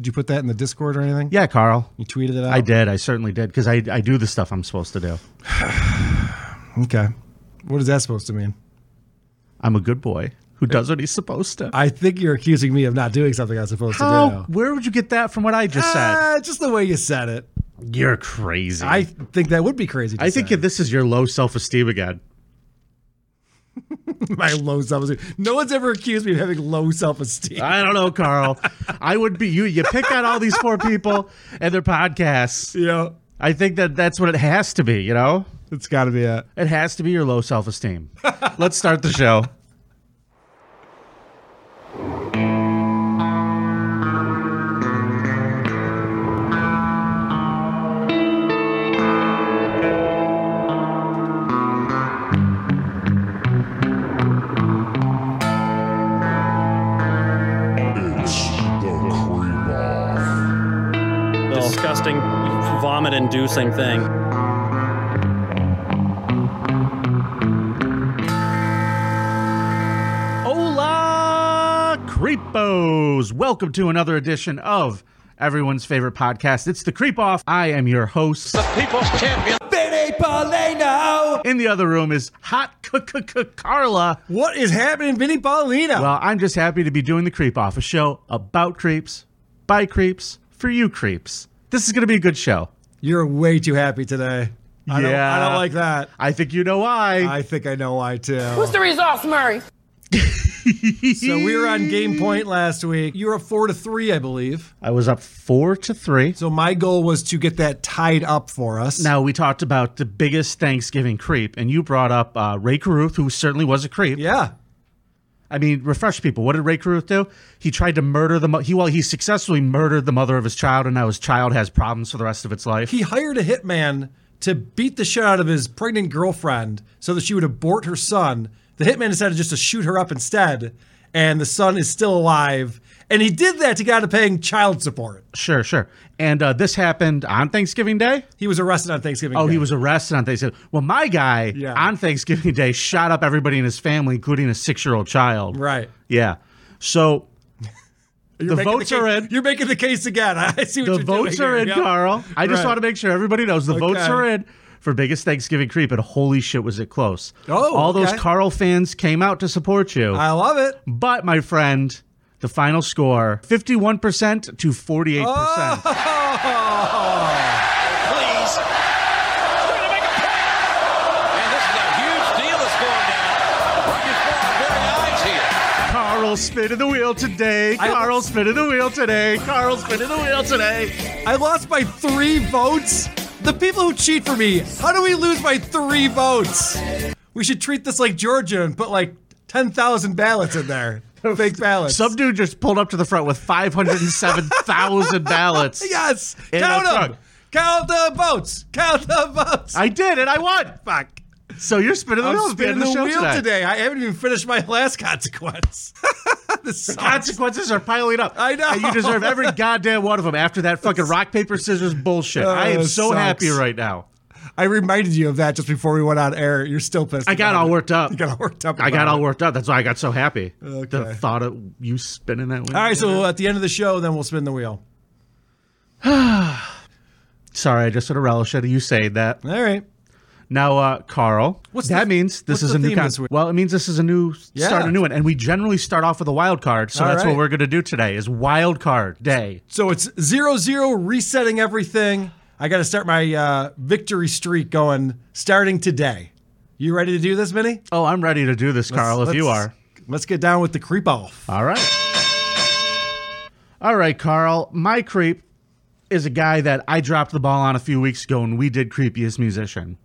Did you put that in the Discord or anything? Yeah, Carl. You tweeted it out? I did. I certainly did because I, I do the stuff I'm supposed to do. Okay. What is that supposed to mean? I'm a good boy who does what he's supposed to. I think you're accusing me of not doing something I'm supposed How? to do. Where would you get that from what I just said? Ah, just the way you said it. You're crazy. I think that would be crazy. To I think say. this is your low self esteem again. my low self esteem. No one's ever accused me of having low self esteem. I don't know, Carl. I would be you. You pick out all these poor people and their podcasts. You know, I think that that's what it has to be. You know, it's got to be a. it has to be your low self esteem. Let's start the show. It's the cream off. Oh. disgusting, vomit inducing thing. Hola, creepos! Welcome to another edition of everyone's favorite podcast. It's the Creep Off. I am your host. People's champion. In the other room is Hot Carla. What is happening, Vinny Paulino? Well, I'm just happy to be doing the Creep Off, a show about creeps, by creeps, for you creeps. This is going to be a good show. You're way too happy today. I don't, I Yeah. don't like that. I think you know why. I think I know why too. What's the results, Murray? So we were on game point last week. You were up four to three, I believe. I was up four to three. So my goal was to get that tied up for us. Now we talked about the biggest Thanksgiving creep, and you brought up uh, Ray Caruth, who certainly was a creep. yeah, I mean, refresh people. What did Ray Caruth do? He tried to murder the mo- he well he successfully murdered the mother of his child, and now his child has problems for the rest of its life. he hired a hitman to beat the shit out of his pregnant girlfriend so that she would abort her son. The hitman decided just to shoot her up instead, and the son is still alive. And he did that to get out of paying child support. sure, sure. And uh, this happened on Thanksgiving Day. He was arrested on Thanksgiving. Oh, Day. he was arrested on Thanksgiving. Well, my guy Yeah. on Thanksgiving Day shot up everybody in his family, including a six-year-old child. right. Yeah. So the Making votes are case- in. You're making the case again. I see what The you're doing votes are here. in, Yeah. Carl. I just Right. want to make sure everybody knows the votes Okay. are in for biggest Thanksgiving creep, and holy shit, was it close! Oh, all those okay. Carl fans came out to support you. I love it. but my friend, the final score: fifty-one percent to forty-eight Oh. percent. Please. Trying to make a play. And this is a huge deal that's going down. Right before our very eyes here. Carl spinning the wheel today. I- Carl spinning the wheel today. Carl spinning the wheel today. I lost by three votes. The people who cheat for me, how do we lose by three votes? We should treat this like Georgia and put like 10,000 ballots in there. Fake ballots. Some dude just pulled up to the front with five hundred and seven thousand ballots. yes. In Count a them. truck. Count the votes. Count the votes. I did it. I won. Fuck. So you're spinning the I'm wheel. at the spinning end the, of the, show wheel today. today. I haven't even finished my last consequence. this sucks. consequences are piling up. I know. And you deserve every goddamn one of them after that fucking rock, paper, scissors bullshit. I am it so Oh, sucks. happy right now. I reminded you of that just before we went on air. You're still pissed. I got about all it. worked up. You got all worked up. I got about it. all worked up. That's why I got so happy. The Okay. thought of you spinning that wheel. All right, so at the end of the show, then we'll spin the wheel. Sorry, I just sort of relish it. You saying that. All right. Now, uh, Carl, What's that the- means this what's is the a new theme con- this week? Well, it means this is a new Yeah. start, a new one. And we generally start off with a wild card. So All that's what right. we're going to do today is wild card day. So it's zero zero, resetting everything. I got to start my uh, victory streak going starting today. You ready to do this, Vinny? Oh, I'm ready to do this, Carl, if you Let's- are. Let's get down with the creep off. All right. All right, Carl. My creep is a guy that I dropped the ball on a few weeks ago when we did Creepiest Musician.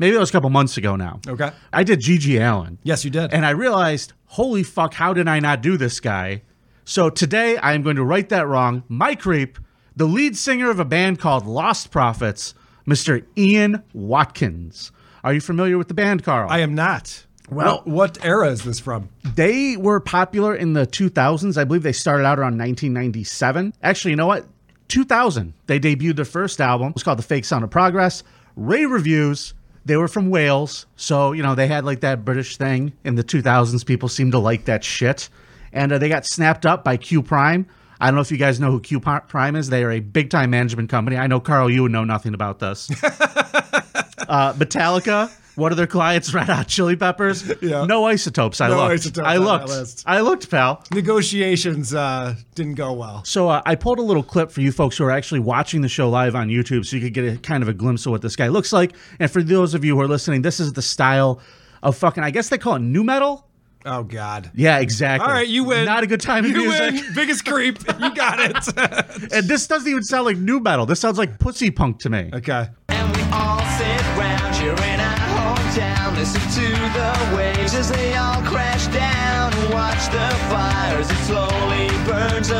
Maybe that was a couple months ago now. Okay. I did Gigi Allen. Yes, you did. And I realized, holy fuck, how did I not do this guy? So today I am going to right that wrong. My creep, the lead singer of a band called Lost Prophets, Mr. Ian Watkins. Are you familiar with the band, Carl? I am not. Well- what, what era is this from? They were popular in the 2000s. I believe they started out around 1997. Actually, you know what? 2000. They debuted their first album. It was called The Fake Sound of Progress. Ray reviews. They were from Wales. So, you know, they had like that British thing in the 2000s. People seemed to like that shit. And uh, they got snapped up by Q Prime. I don't know if you guys know who Q Pri- Prime is. They are a big time management company. I know, Carl, you would know nothing about this. uh, Metallica, one of their clients, Red Hot Chili Peppers. Yeah. No isotopes. I No looked. isotopes I on that looked. list. I looked, pal. Negotiations uh, didn't go well. So uh, I pulled a little clip for you folks who are actually watching the show live on YouTube, so you could get a kind of a glimpse of what this guy looks like. And for those of you who are listening, this is the style of fucking. I guess they call it new metal. Oh God. Yeah, exactly. All right, you win. Not a good time in You music. win. Biggest creep. You got it. And this doesn't even sound like new metal. This sounds like pussy punk to me. okay. And we all sit round here in our hometown, listen to the waves as they all crash down, watch the fire as it slowly burns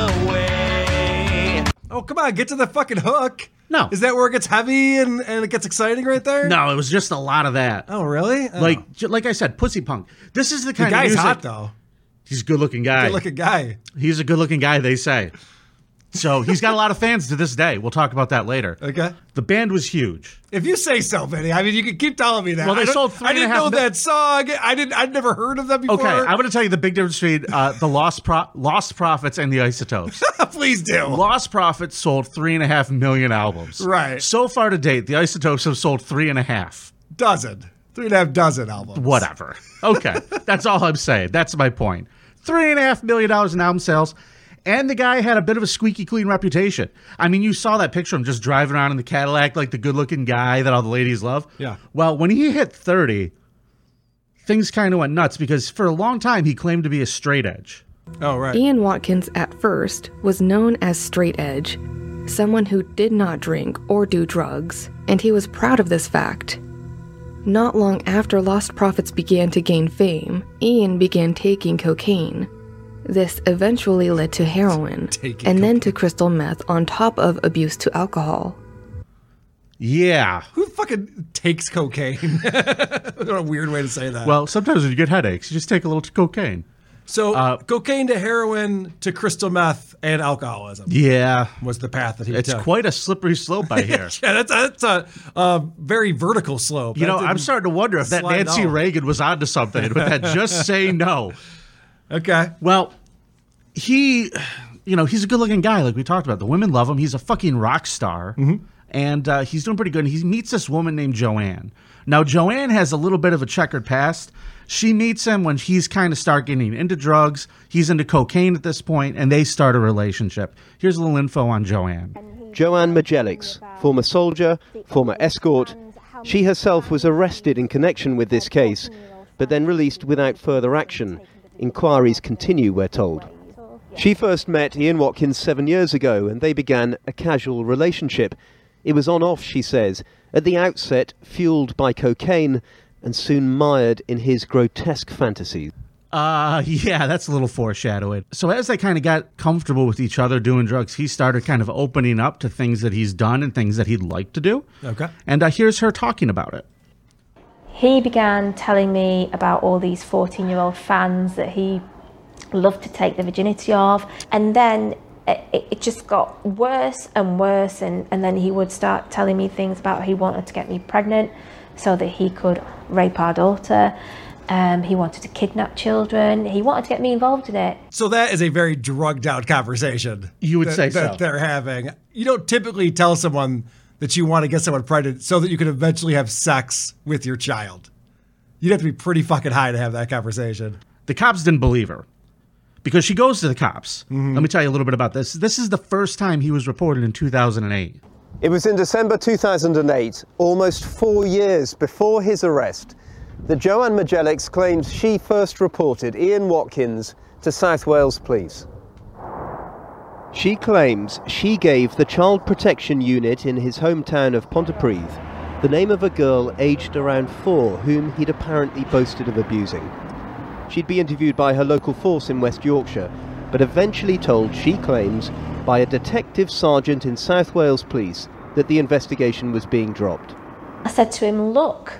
away. Oh come on, get to the fucking hook. No. Is that where it gets heavy and, and it gets exciting right there? No, it was just a lot of that. Oh really? Oh. Like, j- like I said, pussy punk. This is the the kind of guy's music. hot though. He's a good-looking guy. Good looking guy. He's a good-looking guy. They say. So he's got a lot of fans to this day. We'll talk about that later. Okay. The band was huge. If you say so, Vinny, I mean, you can keep telling me that. Well, they I don't- sold three I and a didn't half know mil- that song. I didn't. I'd never heard of them before. Okay, I'm going to tell you the big difference between uh, the lost pro- lost profits and the isotopes. please do. lost profits sold three and a half million albums. Right. So far to date, the isotopes have sold three and a half. dozen, three and a half dozen albums. Whatever. Okay, that's all I'm saying. That's my point. Three and a half million dollars in album sales, and the guy had a bit of a squeaky clean reputation. I mean, you saw that picture of him just driving around in the Cadillac, like the good looking guy that all the ladies love. Yeah. Well, when he hit thirty, things kind of went nuts because for a long time he claimed to be a straight edge. Oh right. Ian Watkins, at first, was known as straight edge, someone who did not drink or do drugs, and he was proud of this fact. Not long after Lost Profits began to gain fame, Ian began taking cocaine. This eventually led to heroin, Taking and then to crystal meth on top of abuse to alcohol. Yeah. Who fucking takes cocaine? what a weird way to say that. Well, sometimes when you get headaches, you just take a little cocaine. so uh, cocaine to heroin to crystal meth and alcoholism Yeah. was the path that he It's took. quite a slippery slope I hear. yeah, that's that's a, a very vertical slope. You That know, I'm didn't- starting to wonder if that slide Nancy down. Reagan was onto something with that just say no. Okay. Well, he, you know, he's a good looking guy, like we talked about. The women love him. He's a fucking rock star. And uh, he's doing pretty good. And he meets this woman named Joanne. Now, Joanne has a little bit of a checkered past. She meets him when he's kind of start getting into drugs. He's into cocaine at this point, and they start a relationship. Here's a little info on Joanne. Joanne Majelix, former soldier, former escort. She herself was arrested in connection with this case, but then released without further action. Inquiries continue, we're told. She first met Ian Watkins seven years ago, and they began a casual relationship. It was on off, she says, at the outset fueled by cocaine and soon mired in his grotesque fantasies. Uh, yeah, that's a little foreshadowing. So as they kind of got comfortable with each other doing drugs, he started kind of opening up to things that he's done and things that he'd like to do. Okay. And uh, here's her talking about it. he began telling me about all these 14 year old fans that he loved to take the virginity of and then it, it just got worse and worse and, and then he would start telling me things about he wanted to get me pregnant so that he could rape our daughter um, he wanted to kidnap children he wanted to get me involved in it So that is a very drugged out conversation. You would that, say that so. they're having. You don't typically tell someone that you want to get someone pregnant so that you can eventually have sex with your child. You'd have to be pretty fucking high to have that conversation. The cops didn't believe her because she goes to the cops. Mm-hmm. Let me tell you a little bit about this. This is the first time he was reported in 2008. It was in December 2008, almost four years before his arrest, that Joanne Majelix claims she first reported Ian Watkins to South Wales Police. She claims she gave the Child Protection Unit in his hometown of Pontypridd the name of a girl aged around four whom he'd apparently boasted of abusing. She'd be interviewed by her local force in West Yorkshire, but eventually told, she claims, by a detective sergeant in South Wales Police that the investigation was being dropped. I said to him, Look,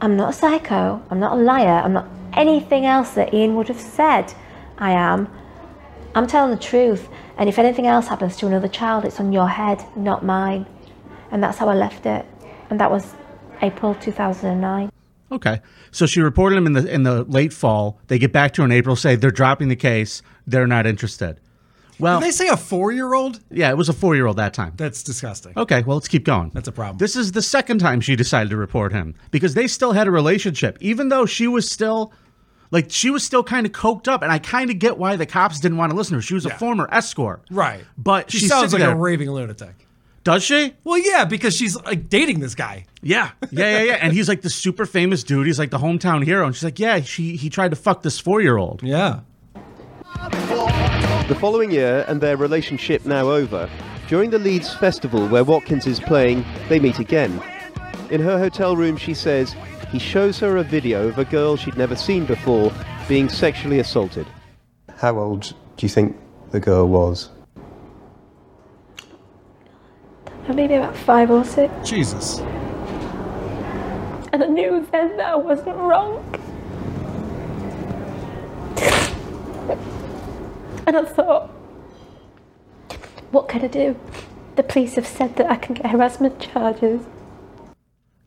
I'm not a psycho, I'm not a liar, I'm not anything else that Ian would have said I am. I'm telling the truth, and if anything else happens to another child, it's on your head, not mine. And that's how I left it. And that was April 2009. Okay. So she reported him in the in the late fall. They get back to her in April, say they're dropping the case. They're not interested. Well, Did they say a four year old? yeah, it was a four year old that time. That's disgusting. Okay, well, let's keep going. That's a problem. This is the second time she decided to report him because they still had a relationship, even though she was still, like, she was still kind of coked up. And I kind of get why the cops didn't want to listen to her. She was a former escort. Right. But she she's sounds sitting like a there. raving lunatic. Does she? Well, yeah, because she's like dating this guy. Yeah. Yeah, yeah, yeah. and he's like the super famous dude. He's like the hometown hero. And she's like, yeah, she, he tried to fuck this four year old. Yeah. The following year, and their relationship now over, during the Leeds Festival where Watkins is playing, they meet again. In her hotel room, she says, he shows her a video of a girl she'd never seen before being sexually assaulted. How old do you think the girl was? maybe about five or six. Jesus. And I knew then that I wasn't wrong. And I thought, what can I do? The police have said that I can get harassment charges.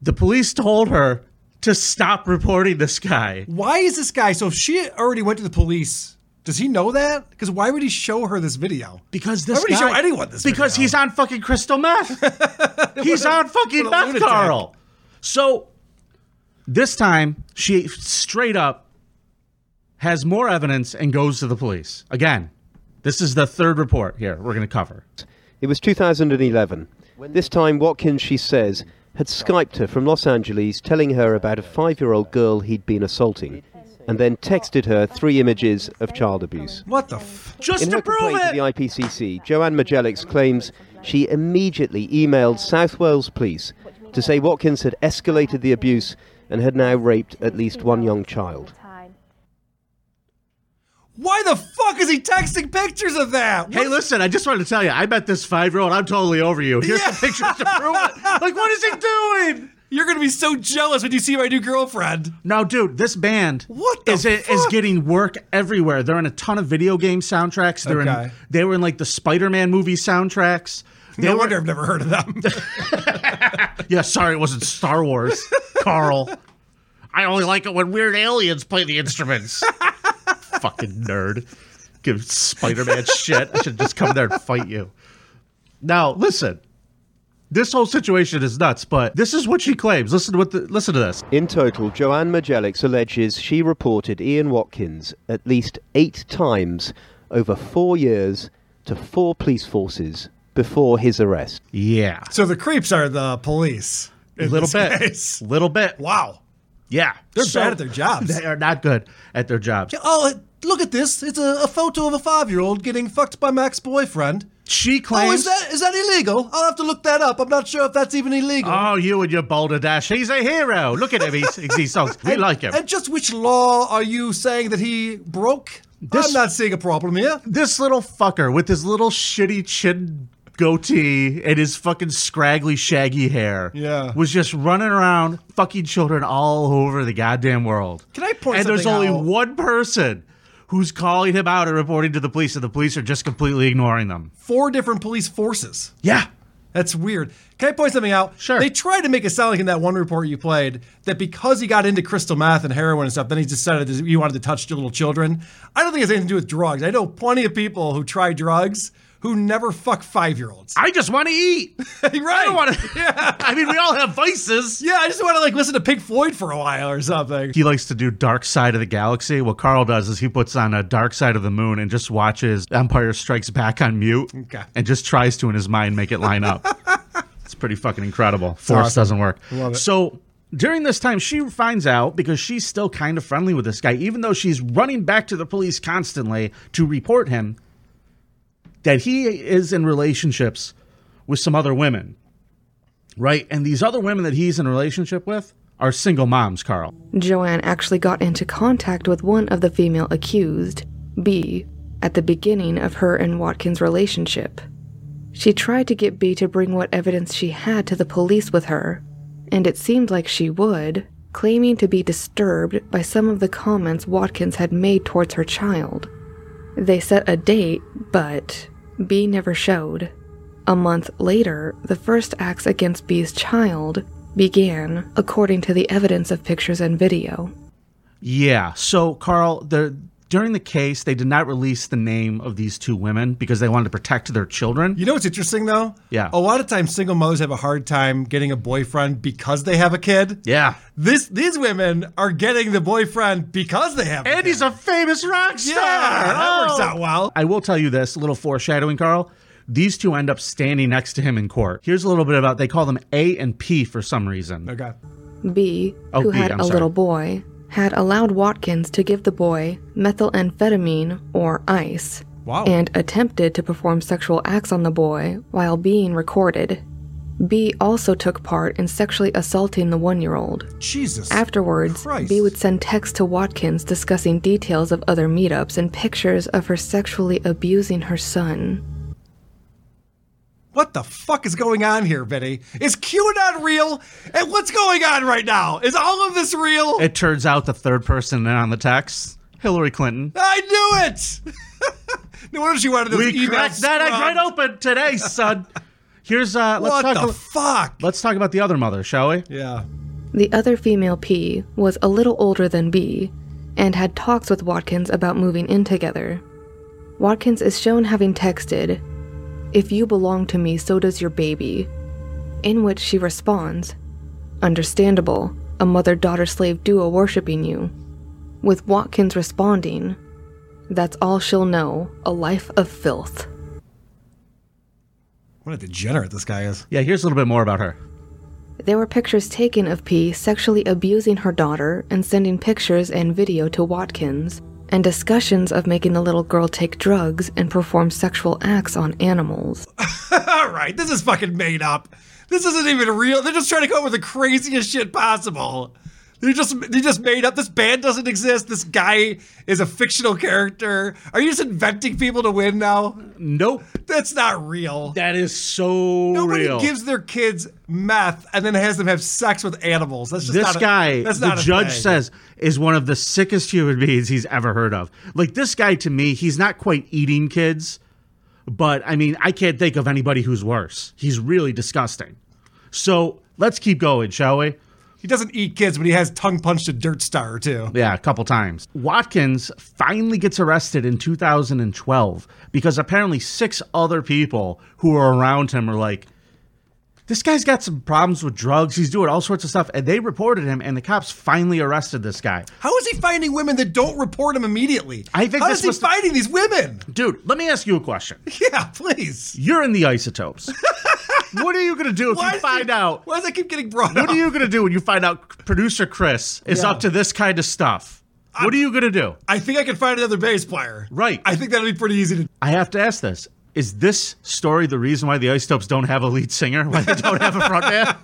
The police told her to stop reporting this guy. Why is this guy? So if she already went to the police, does he know that? Because why would he show her this video? Because this Why would he guy, show anyone this Because video? he's on fucking crystal meth. he's on fucking what a meth, lunatic. Carl. So this time she straight up has more evidence and goes to the police again. This is the third report here we're going to cover. It was 2011. This time, Watkins, she says, had Skyped her from Los Angeles telling her about a five year old girl he'd been assaulting, and then texted her three images of child abuse. What the f? Just In to her prove complaint to it. the IPCC, Joanne Majelix claims she immediately emailed South Wales police to say Watkins had escalated the abuse and had now raped at least one young child. Why the fuck is he texting pictures of that? Hey, listen, I just wanted to tell you, I bet this five year old, I'm totally over you. Here's Yeah. the pictures to prove it. Like, what is he doing? You're gonna be so jealous when you see my new girlfriend. No, dude, this band What the is it is fuck? getting work everywhere. They're in a ton of video game soundtracks. They're in Okay. they were in like the Spider-Man movie soundtracks. They No were- wonder I've never heard of them. Yeah, sorry, it wasn't Star Wars, Carl. I only like it when weird aliens play the instruments. Fucking nerd. Give Spider-Man shit. I should just come there and fight you. Now, listen. This whole situation is nuts, but this is what she claims. Listen to what the, listen to this. In total, Joanne Majelix alleges she reported Ian Watkins at least eight times over four years to four police forces before his arrest. Yeah. so the creeps are the police. A in little this bit. case. Little bit. Wow. Yeah. They're bad at their jobs. They are not good at their jobs. Oh, look at this. It's a, a photo of a five-year-old getting fucked by Mac's boyfriend. She claims. Oh, is that is that illegal? I'll have to look that up. I'm not sure if that's even illegal. Oh, you and your boulder dash. He's a hero. Look at him. He's, he's songs. We like him. And just which law are you saying that he broke? This- I'm not seeing a problem here. This little fucker with his little shitty chin goatee and his fucking scraggly shaggy hair Yeah. was just running around fucking children all over the goddamn world. Can I point And there's something only out? one person who's calling him out and reporting to the police, and the police are just completely ignoring them. Four different police forces. Yeah. That's weird. Can I point something out? Sure. They tried to make it sound like in that one report you played that because he got into crystal meth and heroin and stuff, then he decided that he wanted to touch little children. I don't think it has anything to do with drugs. I know plenty of people who try drugs who never fuck five year olds. I just want to eat. right. I don't want to. I mean, we all have vices. Yeah, I just want to like listen to Pink Floyd for a while or something. He likes to do Dark Side of the Galaxy. What Carl does is he puts on a Dark Side of the Moon and just watches Empire Strikes Back on mute Okay. and just tries to, in his mind, make it line up. it's pretty fucking incredible. Force awesome. doesn't work. Love it. So during this time, she finds out because she's still kind of friendly with this guy, even though she's running back to the police constantly to report him, that he is in relationships with some other women. Right? And these other women that he's in a relationship with are single moms, Carl. Joanne actually got into contact with one of the female accused, B, at the beginning of her and Watkins' relationship. She tried to get B to bring what evidence she had to the police with her, and it seemed like she would, claiming to be disturbed by some of the comments Watkins had made towards her child. They set a date, but B never showed. A month later, the first acts against B's child began, according to the evidence of pictures and video. Yeah. So Carl, the During the case, they did not release the name of these two women because they wanted to protect their children. You know what's interesting though? Yeah. A lot of times single mothers have a hard time getting a boyfriend because they have a kid. Yeah. This these women are getting the boyfriend because they have a And kid. he's a famous rock Yeah, star. that works Oh. out well. I will tell you this little foreshadowing, Carl. These two end up standing next to him in court. Here's a little bit about they call them A and P for some reason. Okay. B, Oh, who B, had I'm a sorry. little boy, had allowed Watkins to give the boy methamphetamine or ice Oh. Wow. and attempted to perform sexual acts on the boy while being recorded. B also took part in sexually assaulting the one year old. Jesus. Afterwards, Christ. B would send texts to Watkins discussing details of other meetups and pictures of her sexually abusing her son. What the fuck is going on here, Vinny? Is QAnon real? And what's going on right now? Is all of this real? It turns out the third person in on the text, Hillary Clinton. I knew it. no wonder she wanted those We emails cracked that egg right scrubbed. open today, son. Here's uh let's What talk the a- fuck? let's talk about the other mother, shall we? Yeah. The other female P was a little older than B and had talks with Watkins about moving in together. Watkins is shown having texted, If you belong to me, so does your baby. In which she responds, Understandable, a mother daughter slave duo worshipping you. With Watkins responding, That's all she'll know, a life of filth. What a degenerate this guy is. Yeah, here's a little bit more about her. There were pictures taken of P sexually abusing her daughter and sending pictures and video to Watkins, and discussions of making the little girl take drugs and perform sexual acts on animals. All right, this is fucking made up. This isn't even real. They're just trying to come up with the craziest shit possible. They just they just made up. This band doesn't exist. This guy is a fictional character. Are you just inventing people to win now? Nope. That's not real. That is so Nobody real. gives their kids meth and then has them have sex with animals. That's just this not a- guy, that's the not a judge thing. says, is one of the sickest human beings he's ever heard of. Like this guy to me, he's not quite eating kids, but I mean, I can't think of anybody who's worse. He's really disgusting. So let's keep going, shall we? he doesn't eat kids, but he has tongue punched a dirt star or two. Yeah, a couple times. Watkins finally gets arrested in 2012 because apparently six other people who were around him are like, this guy's got some problems with drugs. He's doing all sorts of stuff. And they reported him, and the cops finally arrested this guy. How is he finding women that don't report him immediately? I think How this is he must- finding these women? Dude, let me ask you a question. Yeah, please. You're in the isotopes. what are you going to do if Why you does find it- out? Why does that keep getting brought What up? are you going to do when you find out producer Chris is Yeah. up to this kind of stuff? What are you going to do? I think I can find another bass player. Right. I think that'll be pretty easy to. I have to ask this. Is this story the reason why the Isotopes don't have a lead singer? Why they don't have a front man?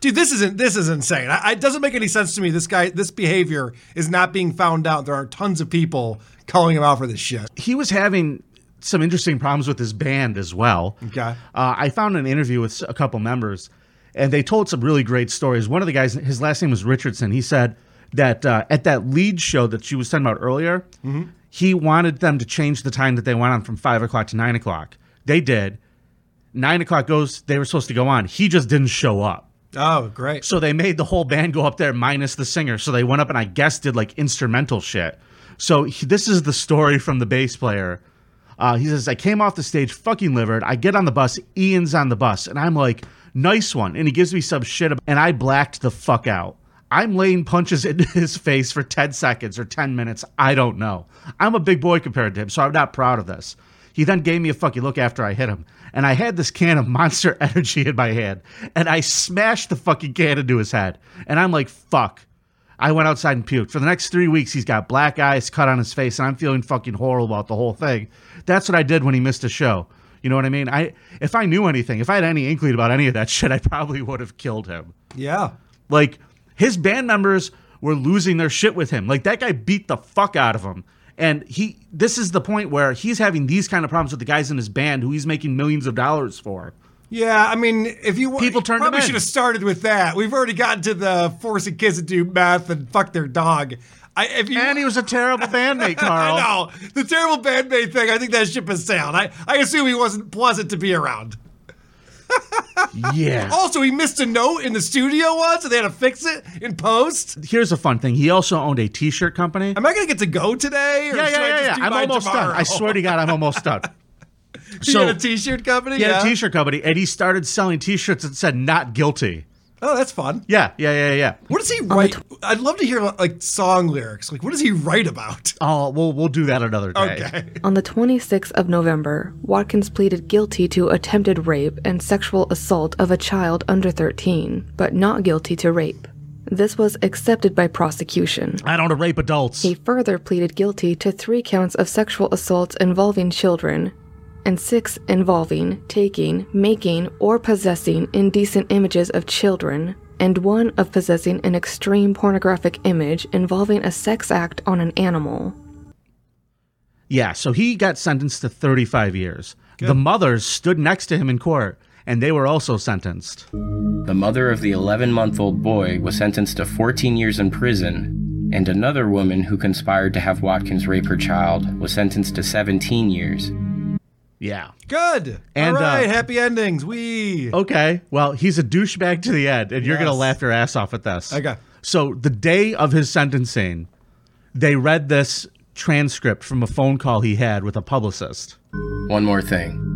Dude, this isn't. This is insane. I, I- it doesn't make any sense to me. This guy, this behavior is not being found out. There are tons of people calling him out for this shit. he was having some interesting problems with his band as well. Okay. Uh, I found an interview with a couple members, and they told some really great stories. One of the guys, his last name was Richardson. He said that uh, at that lead show that she was talking about earlier, he wanted them to change the time that they went on from five o'clock to nine o'clock. They did. Nine o'clock goes. They were supposed to go on. He just didn't show up. Oh, great. So they made the whole band go up there minus the singer. So they went up and I guess did like instrumental shit. So he, this is the story from the bass player. Uh, he says, I came off the stage fucking livered. I get on the bus. Ian's on the bus. And I'm like, nice one. And he gives me some shit. ab- And I blacked the fuck out. I'm laying punches in his face for 10 seconds or 10 minutes. I don't know. I'm a big boy compared to him, so I'm not proud of this. He then gave me a fucking look after I hit him. And I had this can of monster energy in my hand. And I smashed the fucking can into his head. And I'm like, fuck. I went outside and puked. For the next three weeks, he's got black eyes, cut on his face, and I'm feeling fucking horrible about the whole thing. That's what I did when he missed a show. You know what I mean? I if I knew anything, if I had any inkling about any of that shit, I probably would have killed him. Yeah. Like his band members were losing their shit with him. Like that guy beat the fuck out of him. And he this is the point where he's having these kind of problems with the guys in his band who he's making millions of dollars for. Yeah. I mean, if you People turned probably him in. should have started with that. We've already gotten to the forcing kids to do meth and fuck their dog. I, if you And he was a terrible bandmate, Carl. I know the terrible bandmate thing. I think that ship has sailed. I, I assume he wasn't pleasant to be around. yeah. Also, he missed a note in the studio once, and they had to fix it in post. Here's a fun thing. He also owned a T-shirt company. Am I gonna get to go today? Or yeah, should yeah, I yeah, just yeah. do I'm mine almost done. tomorrow? I swear to God, I'm almost done. He So- had a T-shirt company. He had Yeah, a T-shirt company, and he started selling T-shirts that said "Not Guilty." Oh, that's fun. Yeah, yeah, yeah, yeah. What does he write? I'd love to hear like song lyrics. Like, what does he write about? Oh, we'll we'll do that another day. Okay. On the 26th of November, Watkins pleaded guilty to attempted rape and sexual assault of a child under 13, but not guilty to rape. This was accepted by prosecution. I don't rape adults. He further pleaded guilty to three counts of sexual assaults involving children and six involving taking, making, or possessing indecent images of children, and one of possessing an extreme pornographic image involving a sex act on an animal. Yeah, so he got sentenced to 35 years. The mothers stood next to him in court, and they were also sentenced. The mother of the 11 month old boy was sentenced to 14 years in prison, and another woman who conspired to have Watkins rape her child was sentenced to 17 years. Yeah. Good. And, uh, All right, happy endings. We. Okay. Well, he's a douchebag to the end, and you're going to Yes. laugh your ass off at this. Okay. So, the day of his sentencing, they read this transcript from a phone call he had with a publicist. One more thing.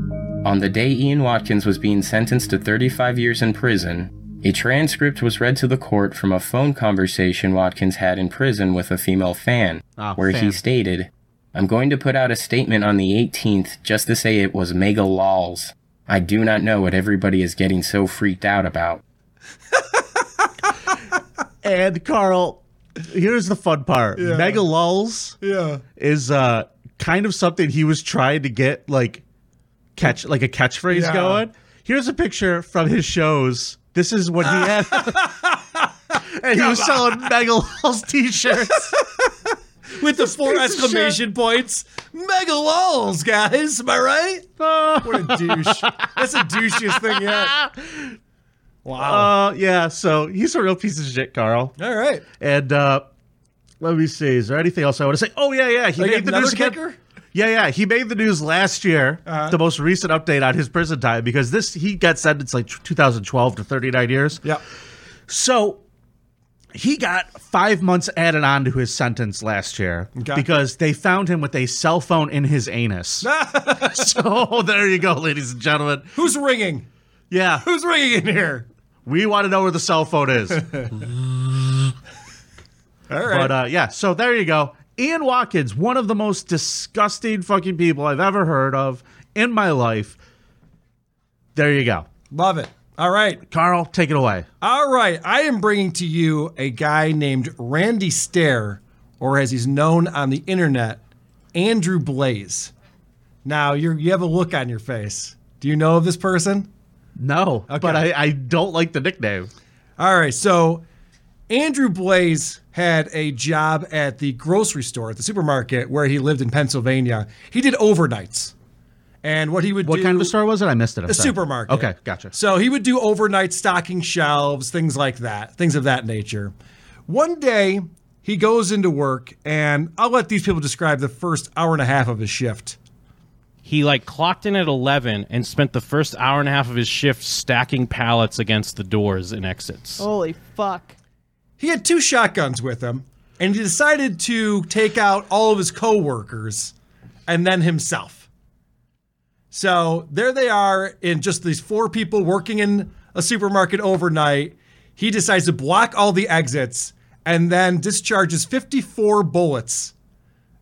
On the day Ian Watkins was being sentenced to 35 years in prison, a transcript was read to the court from a phone conversation Watkins had in prison with a female fan, Ah, where fan. he stated, I'm going to put out a statement on the 18th just to say it was mega lols. I do not know what everybody is getting so freaked out about. And, Carl, here's the fun part Mega lulls Yeah. is uh, kind of something he was trying to get like catch like a catchphrase Yeah. going. Here's a picture from his shows. This is what he had. and he was selling Mega Lulz t-shirts. With the four piece of exclamation points. Mega lols, guys. Am I right? What a douche. That's the douchiest thing yet. Wow. uh, yeah, so he's a real piece of shit, Carl. All right. And uh, let me see. Is there anything else I want to say? Oh yeah, yeah. He Like made the news again- another kicker? Uh-huh. Yeah, yeah. He made the news last year. The most recent update on his prison time because this he got sentenced like 2012 to 39 years. Yeah. So he got five months added on to his sentence last year Okay. because they found him with a cell phone in his anus. so there you go, ladies and gentlemen. Who's ringing? Yeah, Who's ringing in here? we want to know where the cell phone is. All right. but uh, yeah, so there you go. Ian Watkins, one of the most disgusting fucking people I've ever heard of in my life. There you go. Love it. All right. Carl, take it away. All right, I am bringing to you a guy named Randy Stair, or as he's known on the internet, Andrew Blaze. Now, you're, you have a look on your face. Do you know of this person? No, but I, I don't like the nickname. All right, so Andrew Blaze had a job at the grocery store, at the supermarket where he lived in Pennsylvania. He did overnights. And what he would What do. kind of a store was it? I missed it. I'm a sorry. supermarket. Okay, gotcha. So he would do overnight stocking shelves, things like that, things of that nature. One day he goes into work, and I'll let these people describe the first hour and a half of his shift. He like clocked in at 11 and spent the first hour and a half of his shift stacking pallets against the doors and exits. Holy fuck. He had two shotguns with him, and he decided to take out all of his coworkers and then himself. So there they are in just these four people working in a supermarket overnight. He decides to block all the exits and then discharges 54 bullets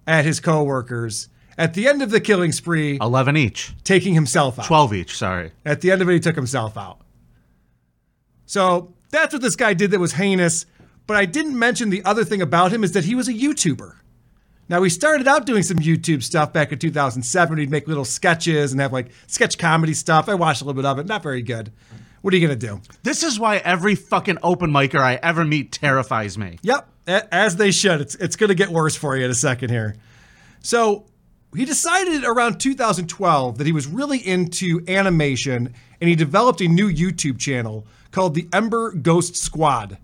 at his coworkers. At the end of the killing spree, 11 each, taking himself out. 12 each, sorry. At the end of it, he took himself out. So that's what this guy did that was heinous. But I didn't mention the other thing about him is that he was a YouTuber. Now, he started out doing some YouTube stuff back in 2007. He'd make little sketches and have like sketch comedy stuff. I watched a little bit of it, not very good. What are you going to do? This is why every fucking open micer I ever meet terrifies me. Yep, a- as they should. It's it's going to get worse for you in a second here. So he decided around 2012 that he was really into animation, and he developed a new YouTube channel called the Ember Ghost Squad.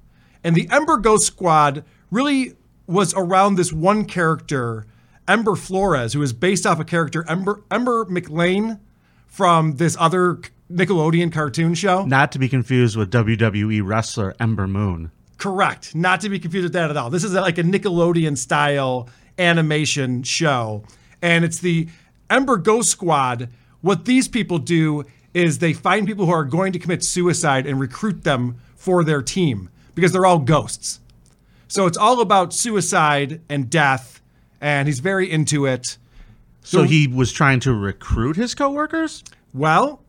And the Ember Ghost Squad really was around this one character, Ember Flores, who is based off a character Ember Ember McLean from this other c- Nickelodeon cartoon show. Not to be confused with WWE wrestler Ember Moon. Correct. Not to be confused with that at all. This is like a Nickelodeon style animation show. And it's the Ember Ghost Squad. What these people do is they find people who are going to commit suicide and recruit them for their team because they're all ghosts. So it's all about suicide and death. And he's very into it. So he was trying to recruit his coworkers? Well,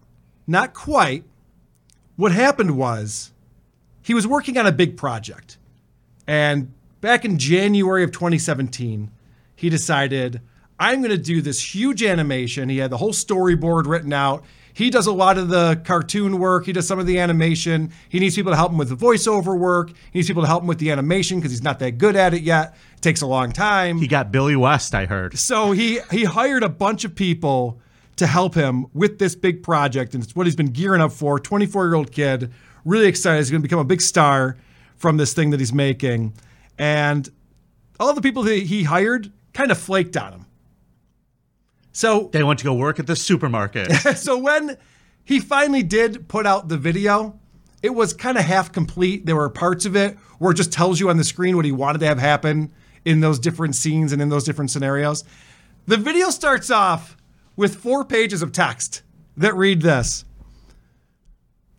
not quite. What happened was he was working on a big project. And back in January of 2017, he decided, I'm going to do this huge animation. He had the whole storyboard written out. He does a lot of the cartoon work, he does some of the animation. He needs people to help him with the voiceover work, he needs people to help him with the animation because he's not that good at it yet. It takes a long time. He got Billy West, I heard. So he he hired a bunch of people to help him with this big project, and it's what he's been gearing up for. Twenty four year old kid, really excited. He's going to become a big star from this thing that he's making, and all the people that he hired kind of flaked on him. So They went to go work at the supermarket. so when he finally did put out the video, it was kind of half complete. There were parts of it where it just tells you on the screen what he wanted to have happen in those different scenes and in those different scenarios. The video starts off with four pages of text that read this.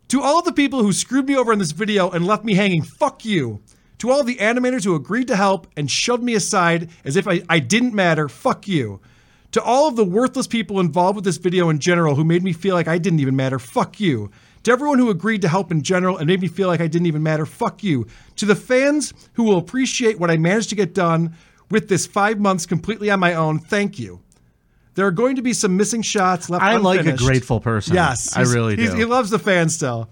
To all the people who screwed me over in this video and left me hanging, fuck you. To all the animators who agreed to help and shoved me aside as if I, I didn't matter, fuck you. To all of the worthless people involved with this video in general who made me feel like I didn't even matter, fuck you. To everyone who agreed to help in general and made me feel like I didn't even matter, fuck you. To the fans who will appreciate what I managed to get done with this five months completely on my own, thank you. There are going to be some missing shots left. I like a unfinished. grateful person. Yes, I he's- really he's- He do. loves the fans still.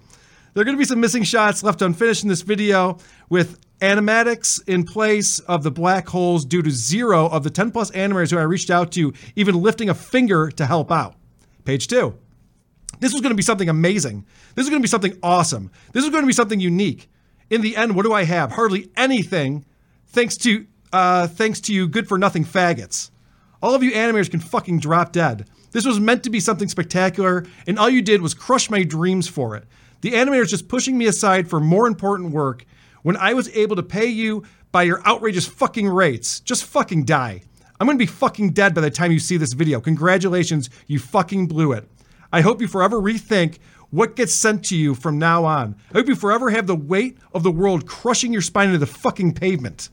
There are going to be some missing shots left unfinished in this video with animatics in place of the black holes due to zero of the 10 plus animators who I reached out to even lifting a finger to help out. Page two. This was going to be something amazing. This is going to be something awesome. This is going to be something unique. In the end, what do I have? Hardly anything, thanks to uh, thanks to you, good for nothing faggots. All of you animators can fucking drop dead. This was meant to be something spectacular, and all you did was crush my dreams for it. The animators just pushing me aside for more important work when I was able to pay you by your outrageous fucking rates. Just fucking die. I'm gonna be fucking dead by the time you see this video. Congratulations, you fucking blew it. I hope you forever rethink what gets sent to you from now on. I hope you forever have the weight of the world crushing your spine into the fucking pavement.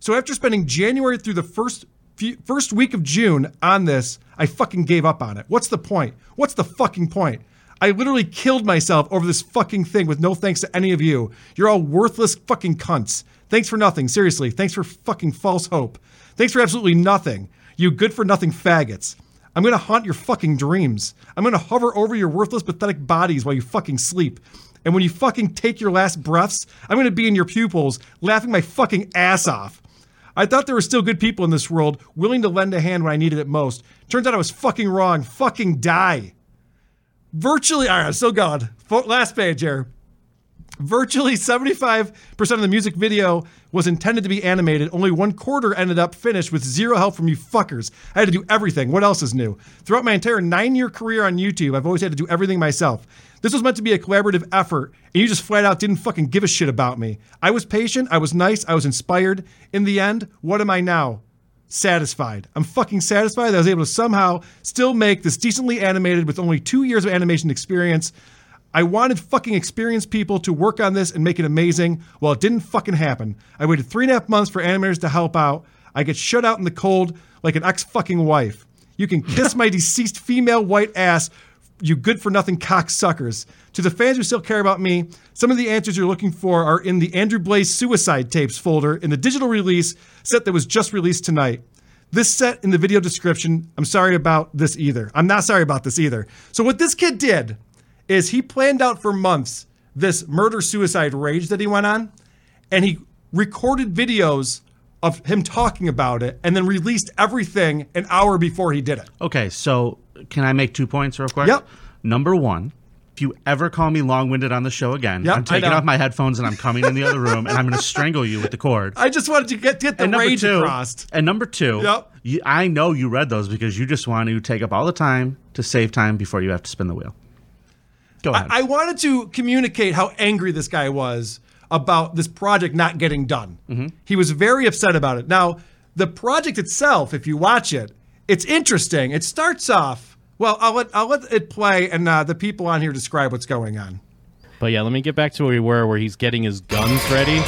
So after spending January through the first few, first week of June on this, I fucking gave up on it. What's the point? What's the fucking point? I literally killed myself over this fucking thing with no thanks to any of you. You're all worthless fucking cunts. Thanks for nothing. Seriously, thanks for fucking false hope. Thanks for absolutely nothing. You good for nothing faggots. I'm gonna haunt your fucking dreams. I'm gonna hover over your worthless, pathetic bodies while you fucking sleep. And when you fucking take your last breaths, I'm gonna be in your pupils, laughing my fucking ass off. I thought there were still good people in this world willing to lend a hand when I needed it most. Turns out I was fucking wrong. Fucking die. Virtually, all right, I'm still going. Fo- Last page here. Virtually 75% of the music video was intended to be animated. Only one quarter ended up finished with zero help from you fuckers. I had to do everything. What else is new? Throughout my entire nine year career on YouTube, I've always had to do everything myself. This was meant to be a collaborative effort, and you just flat out didn't fucking give a shit about me. I was patient, I was nice, I was inspired. In the end, what am I now? satisfied. I'm fucking satisfied that I was able to somehow still make this decently animated with only two years of animation experience. I wanted fucking experienced people to work on this and make it amazing. Well, it didn't fucking happen. I waited three and a half months for animators to help out. I get shut out in the cold like an ex fucking wife. You can kiss my deceased female white ass you good for nothing cocksuckers. To the fans who still care about me, some of the answers you're looking for are in the Andrew Blaze suicide tapes folder in the digital release set that was just released tonight. This set in the video description. I'm sorry about this either. I'm not sorry about this either. So what this kid did is he planned out for months this murder suicide rage that he went on and he recorded videos of him talking about it and then released everything an hour before he did it. Okay, so can I make two points real quick? Yep. Number one, if you ever call me long winded on the show again, Yep, I I'm taking know. off my headphones and I'm coming in the other room and I'm going to strangle you with the cord. I just wanted to get get the and number rage two, across. and number two, Yep. you, I know you read those because you just want to take up all the time to save time before you have to spin the wheel. Go ahead. I, I wanted to communicate how angry this guy was about this project not getting done. Mm-hmm. He was very upset about it. Now, the project itself, if you watch it, it's interesting. It starts off well. I'll let I'll let it play, and uh, the people on here describe what's going on. But yeah, let me get back to where we were, where he's getting his guns ready.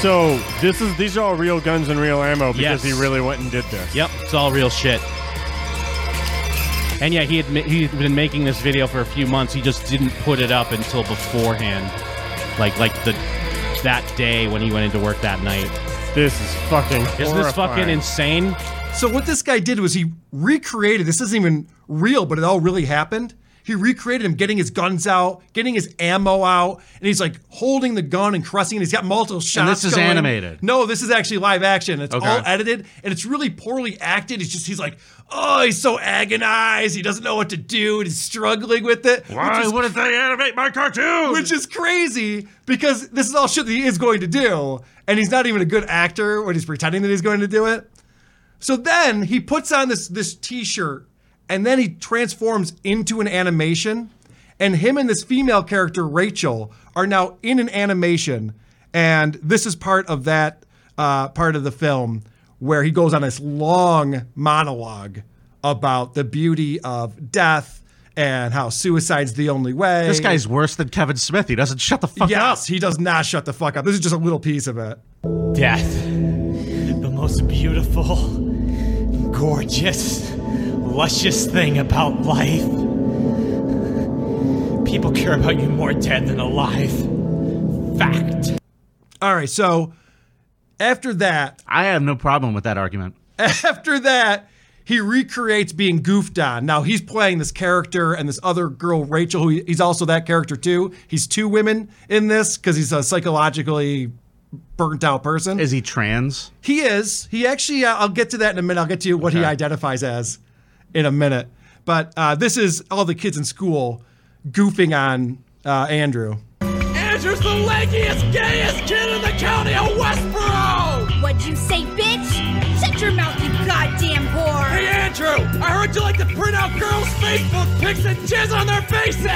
So this is these are all real guns and real ammo because Yes. he really went and did this. Yep, it's all real shit. And yeah, he had ma- he'd been making this video for a few months. He just didn't put it up until beforehand, like like the that day when he went into work that night. This is fucking. Isn't this fucking horrifying. insane? So what this guy did was he recreated. This isn't even real, but it all really happened. He recreated him getting his guns out, getting his ammo out, and he's like holding the gun and crushing it. He's got multiple shots. this is going. animated? No, this is actually live action. It's Okay. all edited and it's really poorly acted. It's just he's like, oh, he's so agonized. He doesn't know what to do. And he's struggling with it. Which is, wouldn't they animate my cartoon? which is crazy because this is all shit that he is going to do, and he's not even a good actor when he's pretending that he's going to do it. So then he puts on this this t-shirt and then he transforms into an animation and him and this female character Rachel are now in an animation and this is part of that uh, part of the film where he goes on this long monologue about the beauty of death and how suicide's the only way. this guy's worse than Kevin Smith. He doesn't shut the fuck up. Yes, he does not shut the fuck up. This is just a little piece of it. Death. The most beautiful, gorgeous, luscious thing about life. People care about you more dead than alive. Fact. All right, so after that, I have no problem with that argument. after that, he recreates being goofed on. Now he's playing this character and this other girl, Rachel, who he- he's also that character too. He's two women in this because he's a psychologically burnt out person. Is he trans? He is. He actually. Uh, I'll get to that in a minute. I'll get to what he identifies as in a minute. But uh, this is all the kids in school goofing on uh, Andrew. Andrew's the lankiest, gayest kid in the county of Westboro! What'd you say, bitch? Shut your mouth, you goddamn whore! Hey, Andrew! I heard you like to print out girls' Facebook pics and jizz on their faces!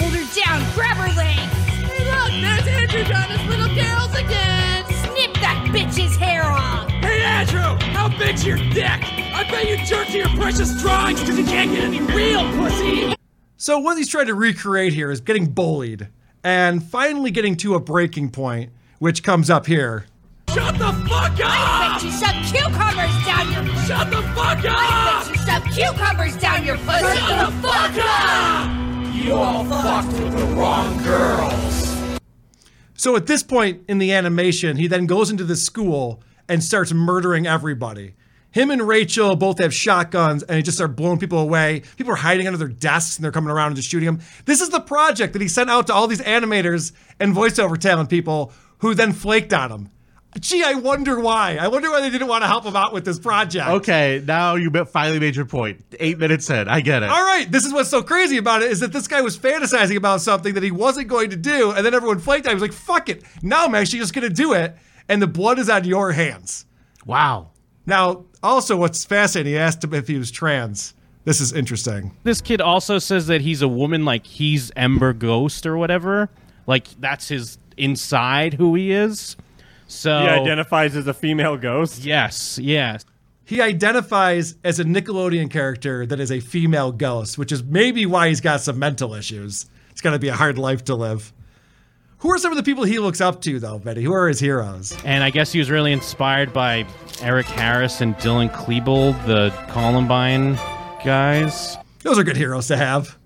Hold her down, grab her legs! Hey, look, there's Andrew drawing his little girls again! Snip that bitch's hair off! Hey, Andrew! How big's your dick? I bet you jerk to your precious drawings because you can't get any real pussy! So what he's trying to recreate here is getting bullied and finally getting to a breaking point, which comes up here. Shut the fuck I up! bet you suck cucumbers down your... Shut the fuck I up! bet you suck cucumbers down your pussy! Shut the fuck up! You all fucked with the wrong girls. So at this point in the animation, he then goes into the school and starts murdering everybody. Him and Rachel both have shotguns and they just start blowing people away. People are hiding under their desks and they're coming around and just shooting them. This is the project that he sent out to all these animators and voiceover talent people who then flaked on him. Gee, I wonder why. I wonder why they didn't want to help him out with this project. Okay, now you be- finally made your point. Eight minutes in, I get it. All right, this is what's so crazy about it is that this guy was fantasizing about something that he wasn't going to do, and then everyone flaked out. He was like, fuck it. Now I'm actually just going to do it, and the blood is on your hands. Wow. Now, also, what's fascinating, he asked him if he was trans. This is interesting. This kid also says that he's a woman, like he's Ember Ghost or whatever. Like that's his inside who he is. So He identifies as a female ghost. yes, yes. He identifies as a Nickelodeon character that is a female ghost, which is maybe why he's got some mental issues. It's got to be a hard life to live. Who are some of the people he looks up to, though, Betty? Who are his heroes? And I guess he was really inspired by Eric Harris and Dylan Klebold, the Columbine guys. those are good heroes to have.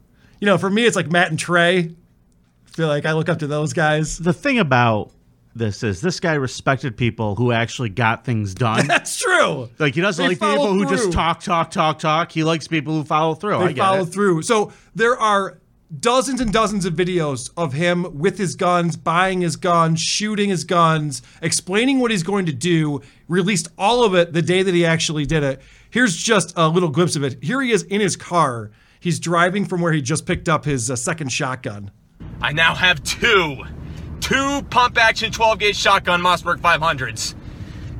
You know, for me, it's like Matt and Trey. I feel like I look up to those guys. The thing about this is this guy respected people who actually got things done. That's true. like he doesn't They like people follow who just through. talk, talk, talk, talk. He likes people who follow through. I They get follow it. through. So there are dozens and dozens of videos of him with his guns, buying his guns, shooting his guns, explaining what he's going to do, released all of it the day that he actually did it. Here's just a little glimpse of it. Here he is in his car. He's driving from where he just picked up his uh, second shotgun. I now have two. Two pump action 12 gauge shotgun Mossberg 500s.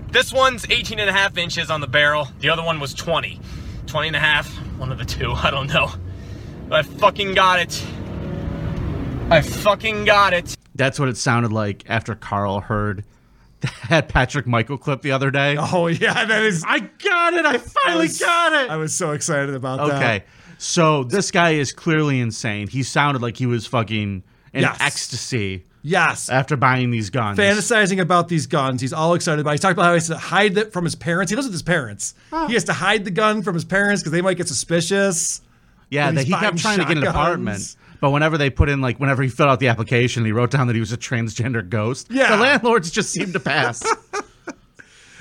This one's 18 and a half inches on the barrel. The other one was 20. 20 and a half, one of the two, I don't know. But I fucking got it. I fucking got it. That's what it sounded like after Carl heard that Patrick Michael clip the other day. Oh yeah, that is. I got it. I finally got it. I was uh, so excited about that. Okay, so this guy is clearly insane. He sounded like he was fucking in Yes. ecstasy Yes. after buying these guns. Fantasizing about these guns. He's all excited about it. He's talking about how he has to hide it from his parents. He lives with his parents. He has to hide the gun from his parents because they might get suspicious. Yeah, And that he's he kept trying buying to get an shotguns. apartment. But whenever they put in, like, whenever he filled out the application, he wrote down that he was a transgender ghost. Yeah. The landlords just seemed to pass.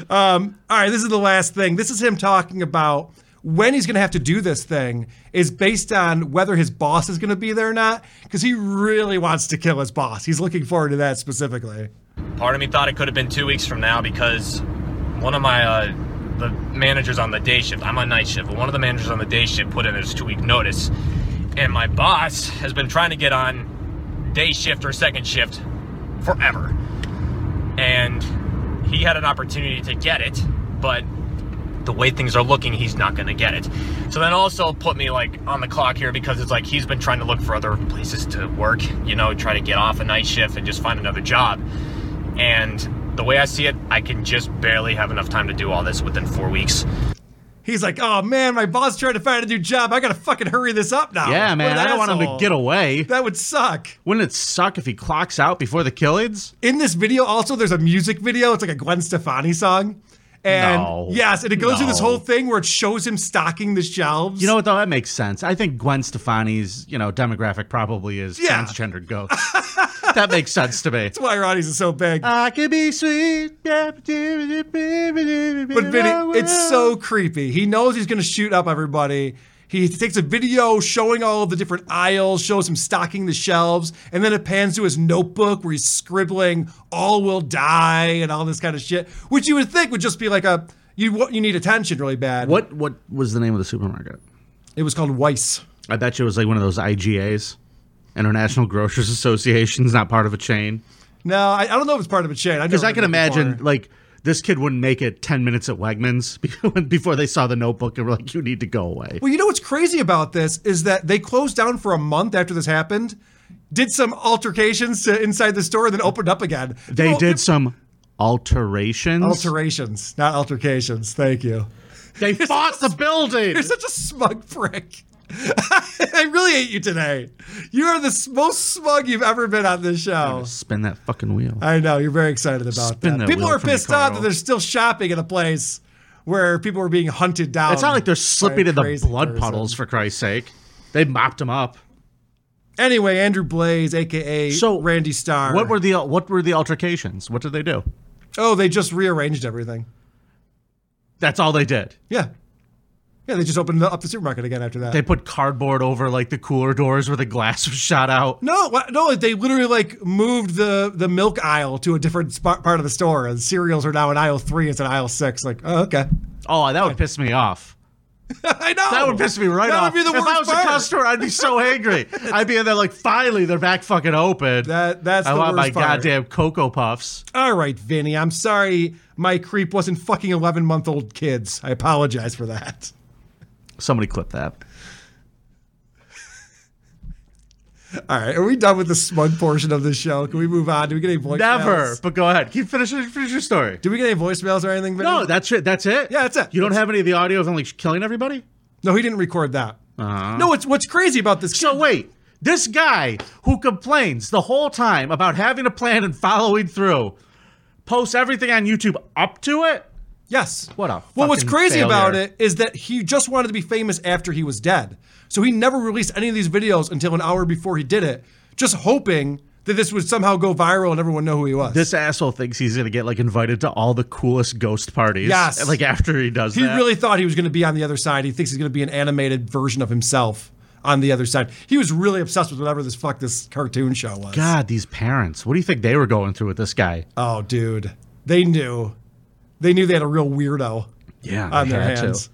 Um, all right, this is the last thing. This is him talking about when he's going to have to do this thing is based on whether his boss is going to be there or not because he really wants to kill his boss. He's looking forward to that specifically. Part of me thought it could have been two weeks from now because one of my uh, the managers on the day shift, I'm on night shift, but one of the managers on the day shift put in his two week notice, and my boss has been trying to get on day shift or second shift forever, and he had an opportunity to get it, but the way things are looking, he's not going to get it. So then also put me like on the clock here because it's like he's been trying to look for other places to work, you know, try to get off a night shift and just find another job. And the way I see it, I can just barely have enough time to do all this within four weeks. He's like, oh man, my boss tried to find a new job. I got to fucking hurry this up now. yeah, man. What I an don't want him to asshole. get away. That would suck. Wouldn't it suck if he clocks out before the killings? In this video, also, there's a music video. It's like a Gwen Stefani song. And No. yes, and it goes through this No. whole thing where it shows him stocking the shelves. You know what, though? That makes sense. I think Gwen Stefani's, you know, demographic probably is Yeah. transgender ghosts. that makes sense to me. That's why Ronnie's is so big. I could be sweet. But But Vinny, Vinny, it's so creepy. He knows he's going to shoot up everybody. He takes a video showing all of the different aisles, shows him stocking the shelves, and then it pans to his notebook where he's scribbling "all will die" and all this kind of shit, which you would think would just be like a you wa- you need attention really bad. What what was the name of the supermarket? It was called Weiss. I bet you it was like one of those IGAs, International Grocers Associations, not part of a chain. No, I, I don't know if it's part of a chain. Because never I can heard of it before. imagine like this kid wouldn't make it ten minutes at Wegmans before they saw the Notebook and were like, "You need to go away." Well, you know what's crazy about this is that they closed down for a month after this happened, did some altercations to inside the store, and then opened up again. They People- did some alterations. Alterations, not altercations. Thank you. They fought the building. You're such a smug prick. I really hate you today. You are the s- most smug you've ever been on this show. Spin that fucking wheel. I know you're very excited about Spin that. that People wheel are for me, pissed off that Carl. they're still shopping at a place where people are being hunted down. It's not like they're by a slipping in the crazy blood person. puddles for Christ's sake. They mopped them up. Anyway, Andrew Blaze, aka So, Randy Starr. What were the what were the altercations? What did they do? Oh, they just rearranged everything. That's all they did. Yeah. Yeah, they just opened up the supermarket again after that. They put cardboard over like the cooler doors where the glass was shot out. no, wha- no, they literally like moved the the milk aisle to a different spot, part of the store, and cereals are now in aisle three instead of aisle six. Like, oh, okay, Oh, that would piss me off. I know That would piss me right That off. would be the if worst I was part. a customer, I'd be so angry. I'd be in there like, finally, they're back fucking open. That that's I the want worst my part. goddamn cocoa puffs. All right, Vinny, I'm sorry, my creep wasn't fucking eleven month old kids. I apologize for that. Somebody clip that. All right, are we done with the smug portion of this show? Can we move on? Do we get any voicemails? Never. But go ahead. Keep finishing. Finish your story. Do we get any voicemails or anything? Vinny? No, that's it. That's it. Yeah, that's it. You don't That's- have any of the audio of him like killing everybody. no, he didn't record that. Uh-huh. No, it's what's crazy about this. So wait, this guy who complains the whole time about having a plan and following through, posts everything on YouTube up to it. Yes. What a Well, what's fucking crazy failure. about it is that he just wanted to be famous after he was dead. So he never released any of these videos until an hour before he did it, just hoping that this would somehow go viral and everyone know who he was. This asshole thinks he's gonna get like invited to all the coolest ghost parties. Yes. Like after he does he that. really thought he was going to be on the other side. He thinks he's going to be an animated version of himself on the other side. He was really obsessed with whatever this fuck this cartoon show was. God, these parents. What do you think they were going through with this guy? Oh, dude. They knew. They knew they had a real weirdo Yeah. on their had to. hands.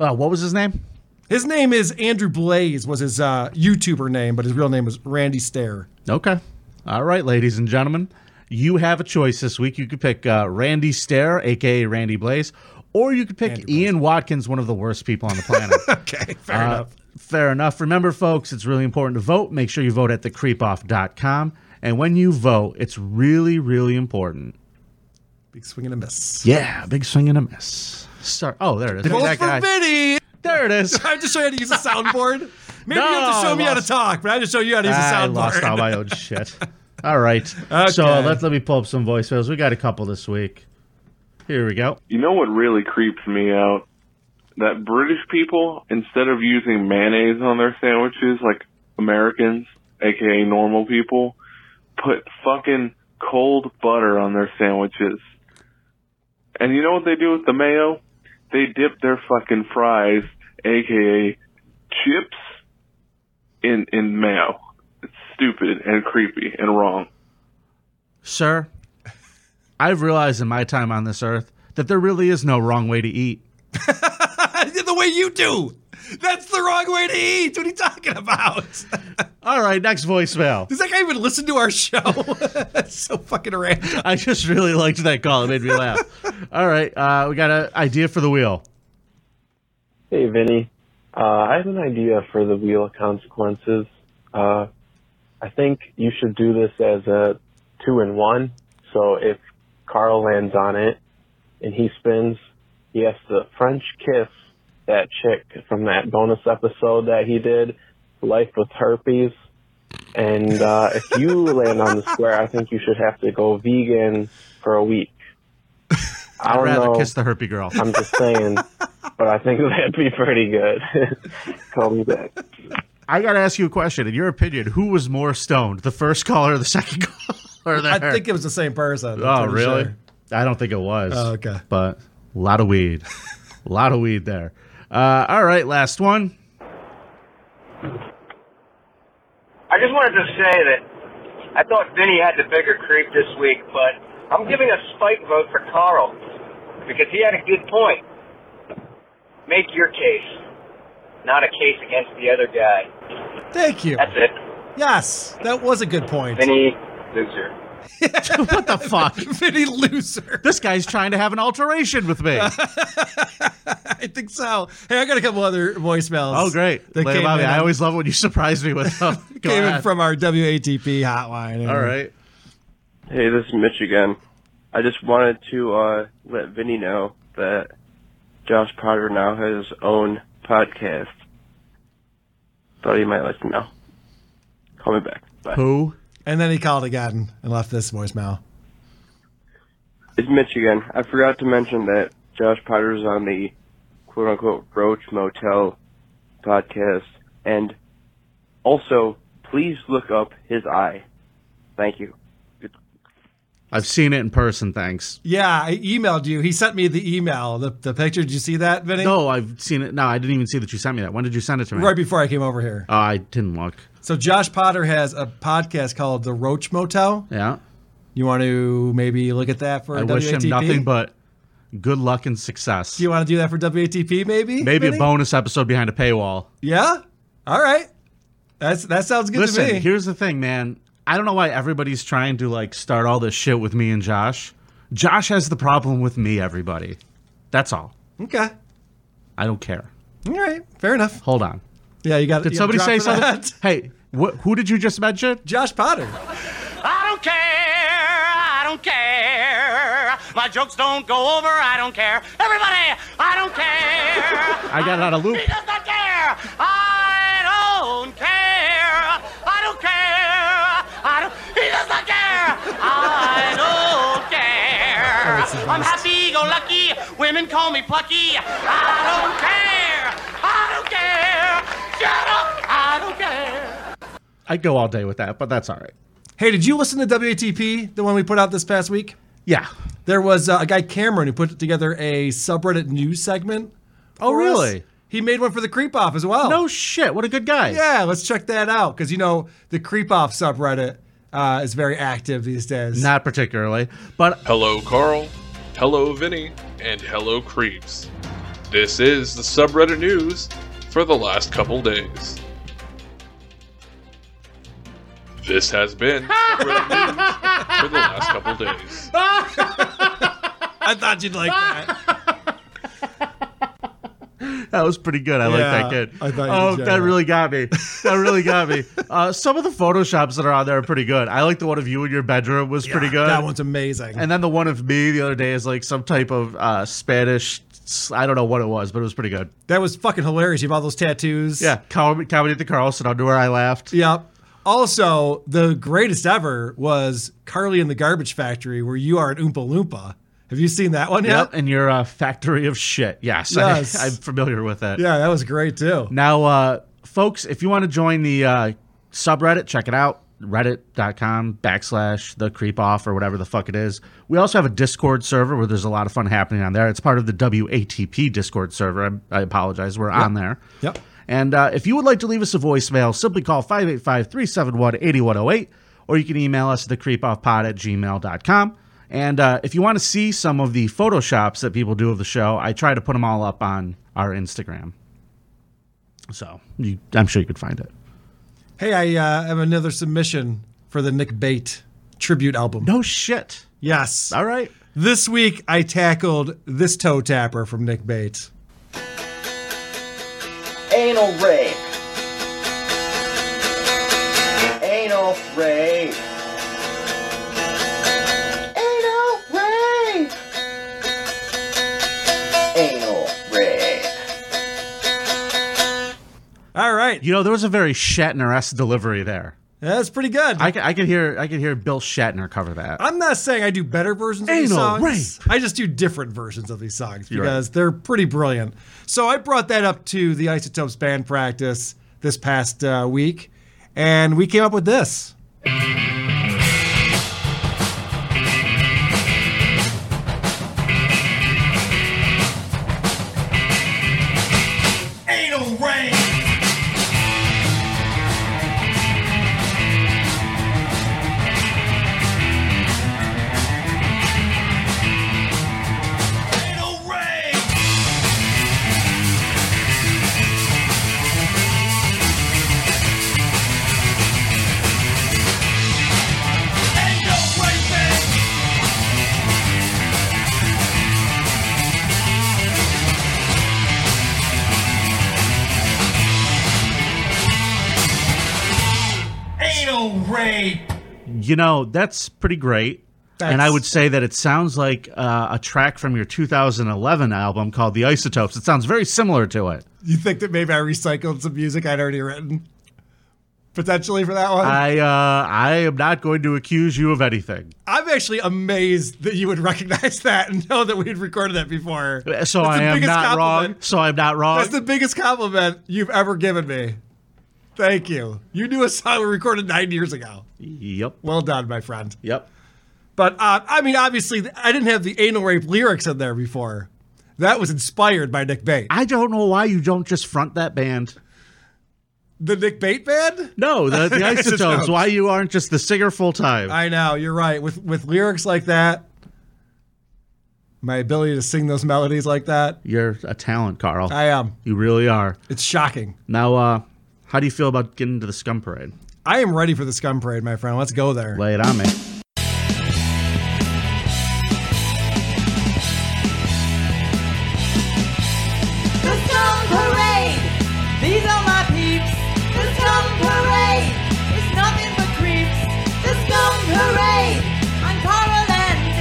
Uh, what was his name? His name is Andrew Blaze was his uh, YouTuber name, but his real name was Randy Stare. Okay. All right, ladies and gentlemen. You have a choice this week. You could pick uh, Randy Stare, aka Randy Blaze, or you could pick Ian Watkins, one of the worst people on the planet. Uh, okay, fair enough. Fair enough. Remember, folks, it's really important to vote. Make sure you vote at thecreepoff.com. And when you vote, it's really, really important. Big swing and a miss. Yeah, big swing and a miss. Sorry. Oh, there it is. Vote That for guy. Vinny. There it is. I just show you how to use a soundboard. Maybe you have No, to show I me how to lost- talk, but I just show you how to use a I soundboard. lost all my own shit. All right. So Okay. let, let me pull up some voicemails. We got a couple this week. Here we go. You know what really creeps me out? That British people, instead of using mayonnaise on their sandwiches like Americans, aka normal people, put fucking cold butter on their sandwiches. And you know what they do with the mayo? They dip their fucking fries, aka chips, in in mayo. It's stupid and creepy and wrong. Sir, I've realized in my time on this earth that there really is no wrong way to eat. the way you do. That's the wrong way to eat. What are you talking about? All right, next voicemail. Does that guy even listen to our show? That's so fucking random. I just really liked that call. It made me laugh. All right, uh, we got an idea for the wheel. Hey, Vinny. Uh, I have an idea for the wheel of consequences. Uh, I think you should do this as a two and one. So if Carl lands on it and he spins, he has to French kiss that chick from that bonus episode that he did, Life with Herpes. And uh, if you land on the square, I think you should have to go vegan for a week. I I'd Oh, don't rather know. kiss the herpy girl. I'm just saying, but I think that'd be pretty good. Call me back. I got to ask you a question. In your opinion, who was more stoned, the first caller or the second caller? There? I think it was the same person. Oh, I'm pretty really? sure. I don't think it was. Oh, okay. But a lot of weed. a lot of weed there. Uh, all right, last one. I just wanted to say that I thought Vinny had the bigger creep this week, but I'm giving a spike vote for Carl because he had a good point. Make your case, not a case against the other guy. Thank you. That's it. Yes, that was a good point. Vinny, loser. what the fuck? Vinny loser. This guy's trying to have an alteration with me. I think so. Hey, I got a couple other voicemails. Oh, great. That Lay 'em came on me. in, I always love when you surprise me with them. Go came in ahead. from our WATP hotline. All right. Hey, this is Mitch again. I just wanted to uh, let Vinny know that Josh Potter now has his own podcast. Thought he might like to know. Call me back. Bye. Who? And then he called again and left this voicemail. It's Mitch again. I forgot to mention that Josh Potter's on the quote unquote Roach Motel podcast. And also, please look up his eye. Thank you. I've seen it in person, thanks. Yeah, I emailed you. He sent me the email, the, the picture. Did you see that, Vinny? No, I've seen it. No, I didn't even see that you sent me that. When did you send it to me? Right before I came over here. Oh, I didn't look. So Josh Potter has a podcast called The Roach Motel. Yeah. You want to maybe look at that for I WATP? wish him nothing but good luck and success. Do you want to do that for WATP? Maybe. Maybe a Vinny? bonus episode behind a paywall. Yeah. All right. That's that sounds good Listen, to me. here's the thing, man. I don't know why everybody's trying to like start all this shit with me and Josh. Josh has the problem with me, everybody. That's all. okay. I don't care. All right. Fair enough. Hold on. Yeah, you got. Did you somebody got say dropped for something? that. Hey, wh- who did you just mention? Josh Potter. I don't care, I don't care. My jokes don't go over, I don't care. Everybody, I don't care. I got it out of loop. He does not care. I don't care. I don't care. I don't. He does not care. I don't Oh, care. it's the I'm best. happy go lucky. Women call me plucky. I don't care. I don't care. Shut up. I don't care. I'd go all day with that, but that's all right. Hey, did you listen to WATP, the one we put out this past week? Yeah. There was uh, a guy Cameron who put together a subreddit news segment. Oh, for us. really? He made one for the Creep Off as well. No shit! What a good guy. Yeah, let's check that out because you know the Creep Off subreddit uh, is very active these days. Not particularly, but Hello, Carl. Hello, Vinny. And hello, Creeps. This is the subreddit news for the last couple days. This has been subreddit news for the last couple days. I thought you'd like that. that was pretty good. I Yeah, like that kid. I thought you oh, did, that yeah. really got me. That really got me. Uh, some of the photoshops that are on there are pretty good. I like the one of you in your bedroom was pretty good. That one's amazing. And then the one of me the other day is like some type of uh, Spanish. I don't know what it was, but it was pretty good. That was fucking hilarious. You have all those tattoos. Yeah, comedy, comedy at the Carlson underwear. I laughed. Yep. Also, the greatest ever was Carly in the Garbage Factory, where you are an Oompa Loompa. Have you seen that one Yep, yet? and you're a factory of shit. Yes, Yes. I, I'm familiar with that. Yeah, that was great too. Now, uh, folks, if you want to join the uh, subreddit, check it out reddit.com backslash the creep off or whatever the fuck it is. We also have a Discord server where there's a lot of fun happening on there. It's part of the WATP Discord server. I, I apologize. We're on there. Yep. And uh, if you would like to leave us a voicemail, simply call 585 371 8108, or you can email us at thecreepoffpod at gmail.com. And uh, if you want to see some of the photoshops that people do of the show, I try to put them all up on our Instagram. So you, I'm sure you could find it. Hey, I uh, have another submission for the Nick Bate tribute album. No shit. Yes. All right. This week I tackled this toe tapper from Nick Bate. Anal rape. Anal rape. Anal rape. Anal rape. All right. You know, there was a very Shatner-esque delivery there. That's pretty good. I, c- I could hear I could hear Bill Shatner cover that. I'm not saying I do better versions of these Anal songs. I just do different versions of these songs You're right. because they're pretty brilliant. So I brought that up to the Isotopes band practice this past uh, week, and we came up with this. Anal rain. Anal rape. You know, that's pretty great. And I Thanks. would say that it sounds like uh, a track from your 2011 album called The Isotopes. It sounds very similar to it. You think that maybe I recycled some music I'd already written potentially for that one? I uh, I am not going to accuse you of anything. I'm actually amazed that you would recognize that and know that we had recorded that before. Uh, So That's I the am biggest not wrong. compliment. Uh, So I'm not wrong. That's the biggest compliment you've ever given me. Thank you. You knew a song we recorded nine years ago. Yep. Well done, my friend. Yep. But uh, I mean, obviously, I didn't have the anal rape lyrics in there before. That was inspired by Nick Bate. I don't know why you don't just front that band. The Nick Bate band? No, the, the Isotopes. Why you aren't just the singer full time? I know you're right. With with lyrics like that, my ability to sing those melodies like that, You're a talent, Carl. I am. You really are. It's shocking. Now, uh, how do you feel about getting to the Scum Parade? I am ready for the scum parade, my friend. Let's go there. Lay it on me. The Scum Parade! These are my peeps! The Scum Parade! It's nothing but creeps! The Scum Parade! I'm Carl and Vinny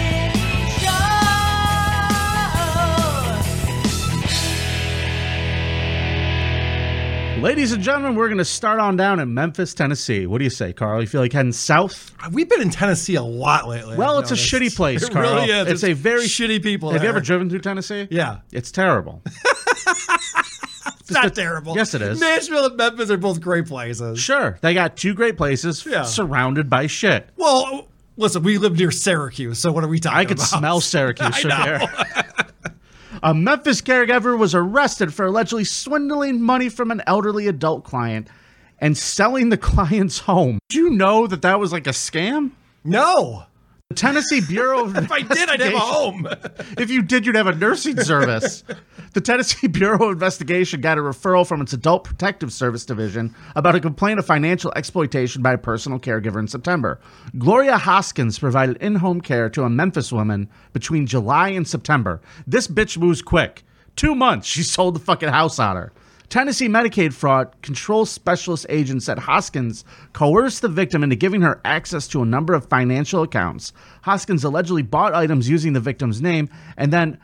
Ladies and gentlemen, we're going to start on down in Memphis, Tennessee. What do you say, Carl? You feel like heading south? We've been in Tennessee a lot lately. Well, I've it's a noticed. shitty place, It Carl. really is. It's a very shitty people. Have you there. ever driven through Tennessee? Yeah. It's terrible. It's not terrible. Yes, it is. Nashville and Memphis are both great places. Sure. They got two great places Yeah. surrounded by shit. Well, listen, we live near Syracuse, so what are we talking about? I could smell Syracuse I from know. here. A Memphis caregiver was arrested for allegedly swindling money from an elderly adult client and selling the client's home. Did you know that that was like a scam? No. The Tennessee Bureau of If I did, I'd have a home. if you did, you'd have a nursing service. the Tennessee Bureau of Investigation got a referral from its Adult Protective Service Division about a complaint of financial exploitation by a personal caregiver in September. Gloria Hoskins provided in home care to a Memphis woman between July and September. This bitch moves quick. Two months, she sold the fucking house on her. Tennessee Medicaid fraud control specialist agents at Hoskins coerced the victim into giving her access to a number of financial accounts. Hoskins allegedly bought items using the victim's name and then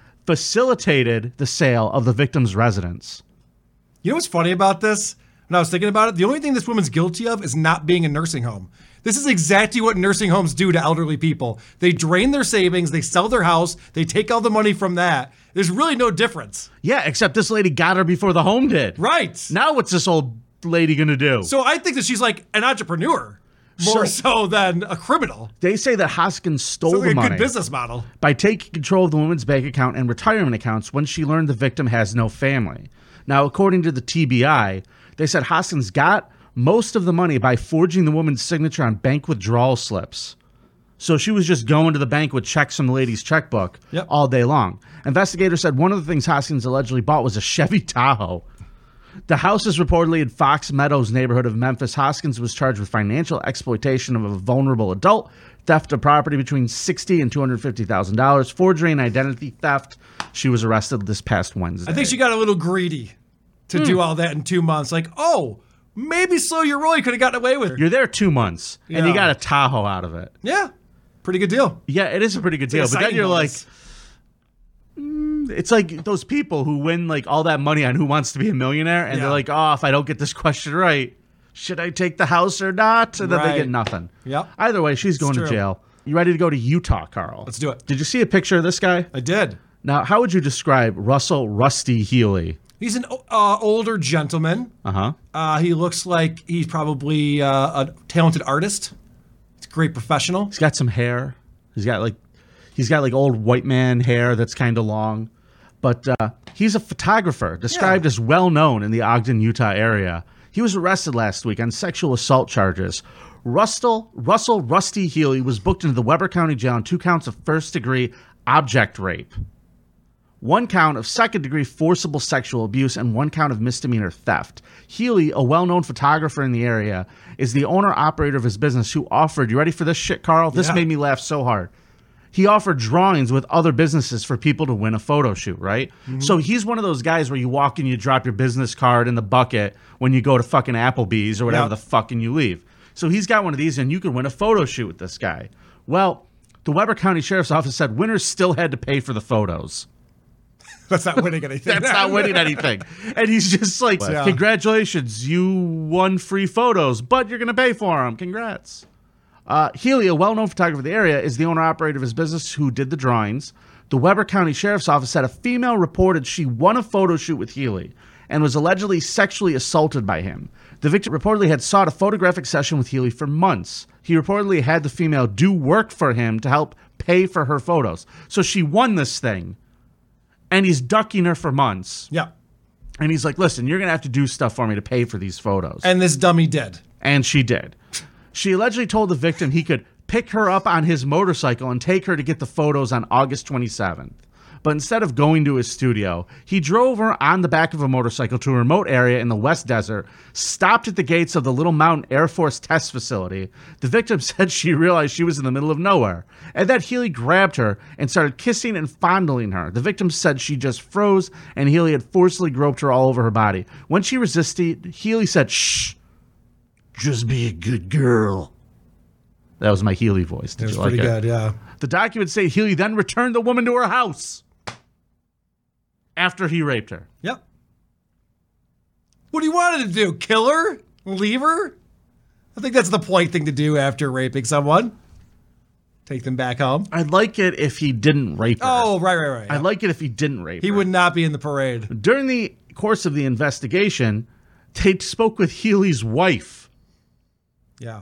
facilitated the sale of the victim's residence. You know what's funny about this? When I was thinking about it, the only thing this woman's guilty of is not being in a nursing home. This is exactly what nursing homes do to elderly people. They drain their savings, they sell their house, they take all the money from that. There's really no difference. Yeah, except this lady got her before the home did. Right. Now what's this old lady gonna do? So I think that she's like an entrepreneur more so, than a criminal. They say that Hoskins stole Sounds like the a money. good business model. by taking control of the woman's bank account and retirement accounts when she learned the victim has no family. Now, according to the TBI, they said Hoskins got most of the money by forging the woman's signature on bank withdrawal slips. So she was just going to the bank with checks from the lady's checkbook all day long. Investigators said one of the things Hoskins allegedly bought was a Chevy Tahoe. The house is reportedly in Fox Meadows neighborhood of Memphis. Hoskins was charged with financial exploitation of a vulnerable adult, theft of property between sixty and two hundred fifty thousand dollars, forgery and identity theft. She was arrested this past Wednesday. I think she got a little greedy to Hmm. do all that in two months. Like, oh, maybe so you really could have gotten away with it. You're there two months and you Yeah. got a Tahoe out of it. Yeah. Pretty good deal. Yeah, it is a pretty good It's deal. like a but then signing you're bonus. like, mm, it's like those people who win like all that money on Who Wants to Be a Millionaire, and they're Yeah. like, oh, if I don't get this question right, should I take the house or not? And then they Right. get nothing. Yep. Either way, she's going to true. jail. You ready to go to Utah, Carl? Let's do it. Did you see a picture of this guy? I did. Now, how would you describe Russell Rusty Healy? He's an o- uh, older gentleman. Uh huh. Uh, he looks like he's probably uh, a talented artist. He's a great professional. He's got some hair. He's got like he's got like old white man hair that's kind of long. But uh, he's a photographer described as well known in the Ogden, Utah area. He was arrested last week on sexual assault charges. Russell Russell Rusty Healy was booked into the Weber County Jail on two counts of first degree object rape, one count of second degree forcible sexual abuse, and one count of misdemeanor theft. Healy, a well known photographer in the area, is the owner operator of his business who offered, you ready for this shit, Carl? This Yeah. made me laugh so hard. He offered drawings with other businesses for people to win a photo shoot, right? Mhm. So he's one of those guys where you walk and you drop your business card in the bucket when you go to fucking Applebee's or whatever Yeah. the fuck and you leave. So he's got one of these and you could win a photo shoot with this guy. Well, the Weber County Sheriff's Office said winners still had to pay for the photos. That's not winning anything. That's not winning anything. And he's just like, Yeah. congratulations, you won free photos, but you're going to pay for them. Congrats. Uh, Healy, a well known photographer of the area, is the owner operator of his business who did the drawings. The Weber County Sheriff's Office said a female reported she won a photo shoot with Healy and was allegedly sexually assaulted by him. The victim reportedly had sought a photographic session with Healy for months. He reportedly had the female do work for him to help pay for her photos. So she won this thing and he's ducking her for months. Yeah. And he's like, listen, you're going to have to do stuff for me to pay for these photos. And this dummy did. And she did. She allegedly told the victim he could pick her up on his motorcycle and take her to get the photos on August 27th. But instead of going to his studio, he drove her on the back of a motorcycle to a remote area in the West Desert, stopped at the gates of the Little Mountain Air Force Test Facility. The victim said she realized she was in the middle of nowhere, and that Healy grabbed her and started kissing and fondling her. The victim said she just froze, and Healy had forcibly groped her all over her body. When she resisted, Healy said, Shh, just be a good girl. That was my Healy voice. Did It was you like pretty it? good, yeah. The documents say Healy then returned the woman to her house after he raped her. Yep. What do you want her to do? Kill her? Leave her? I think that's the polite thing to do after raping someone. Take them back home. I'd like it if he didn't rape her. Oh, right, right, right. I'd like it if he didn't rape He her. would not be in the parade. During the course of the investigation, they spoke with Healy's wife, Yeah.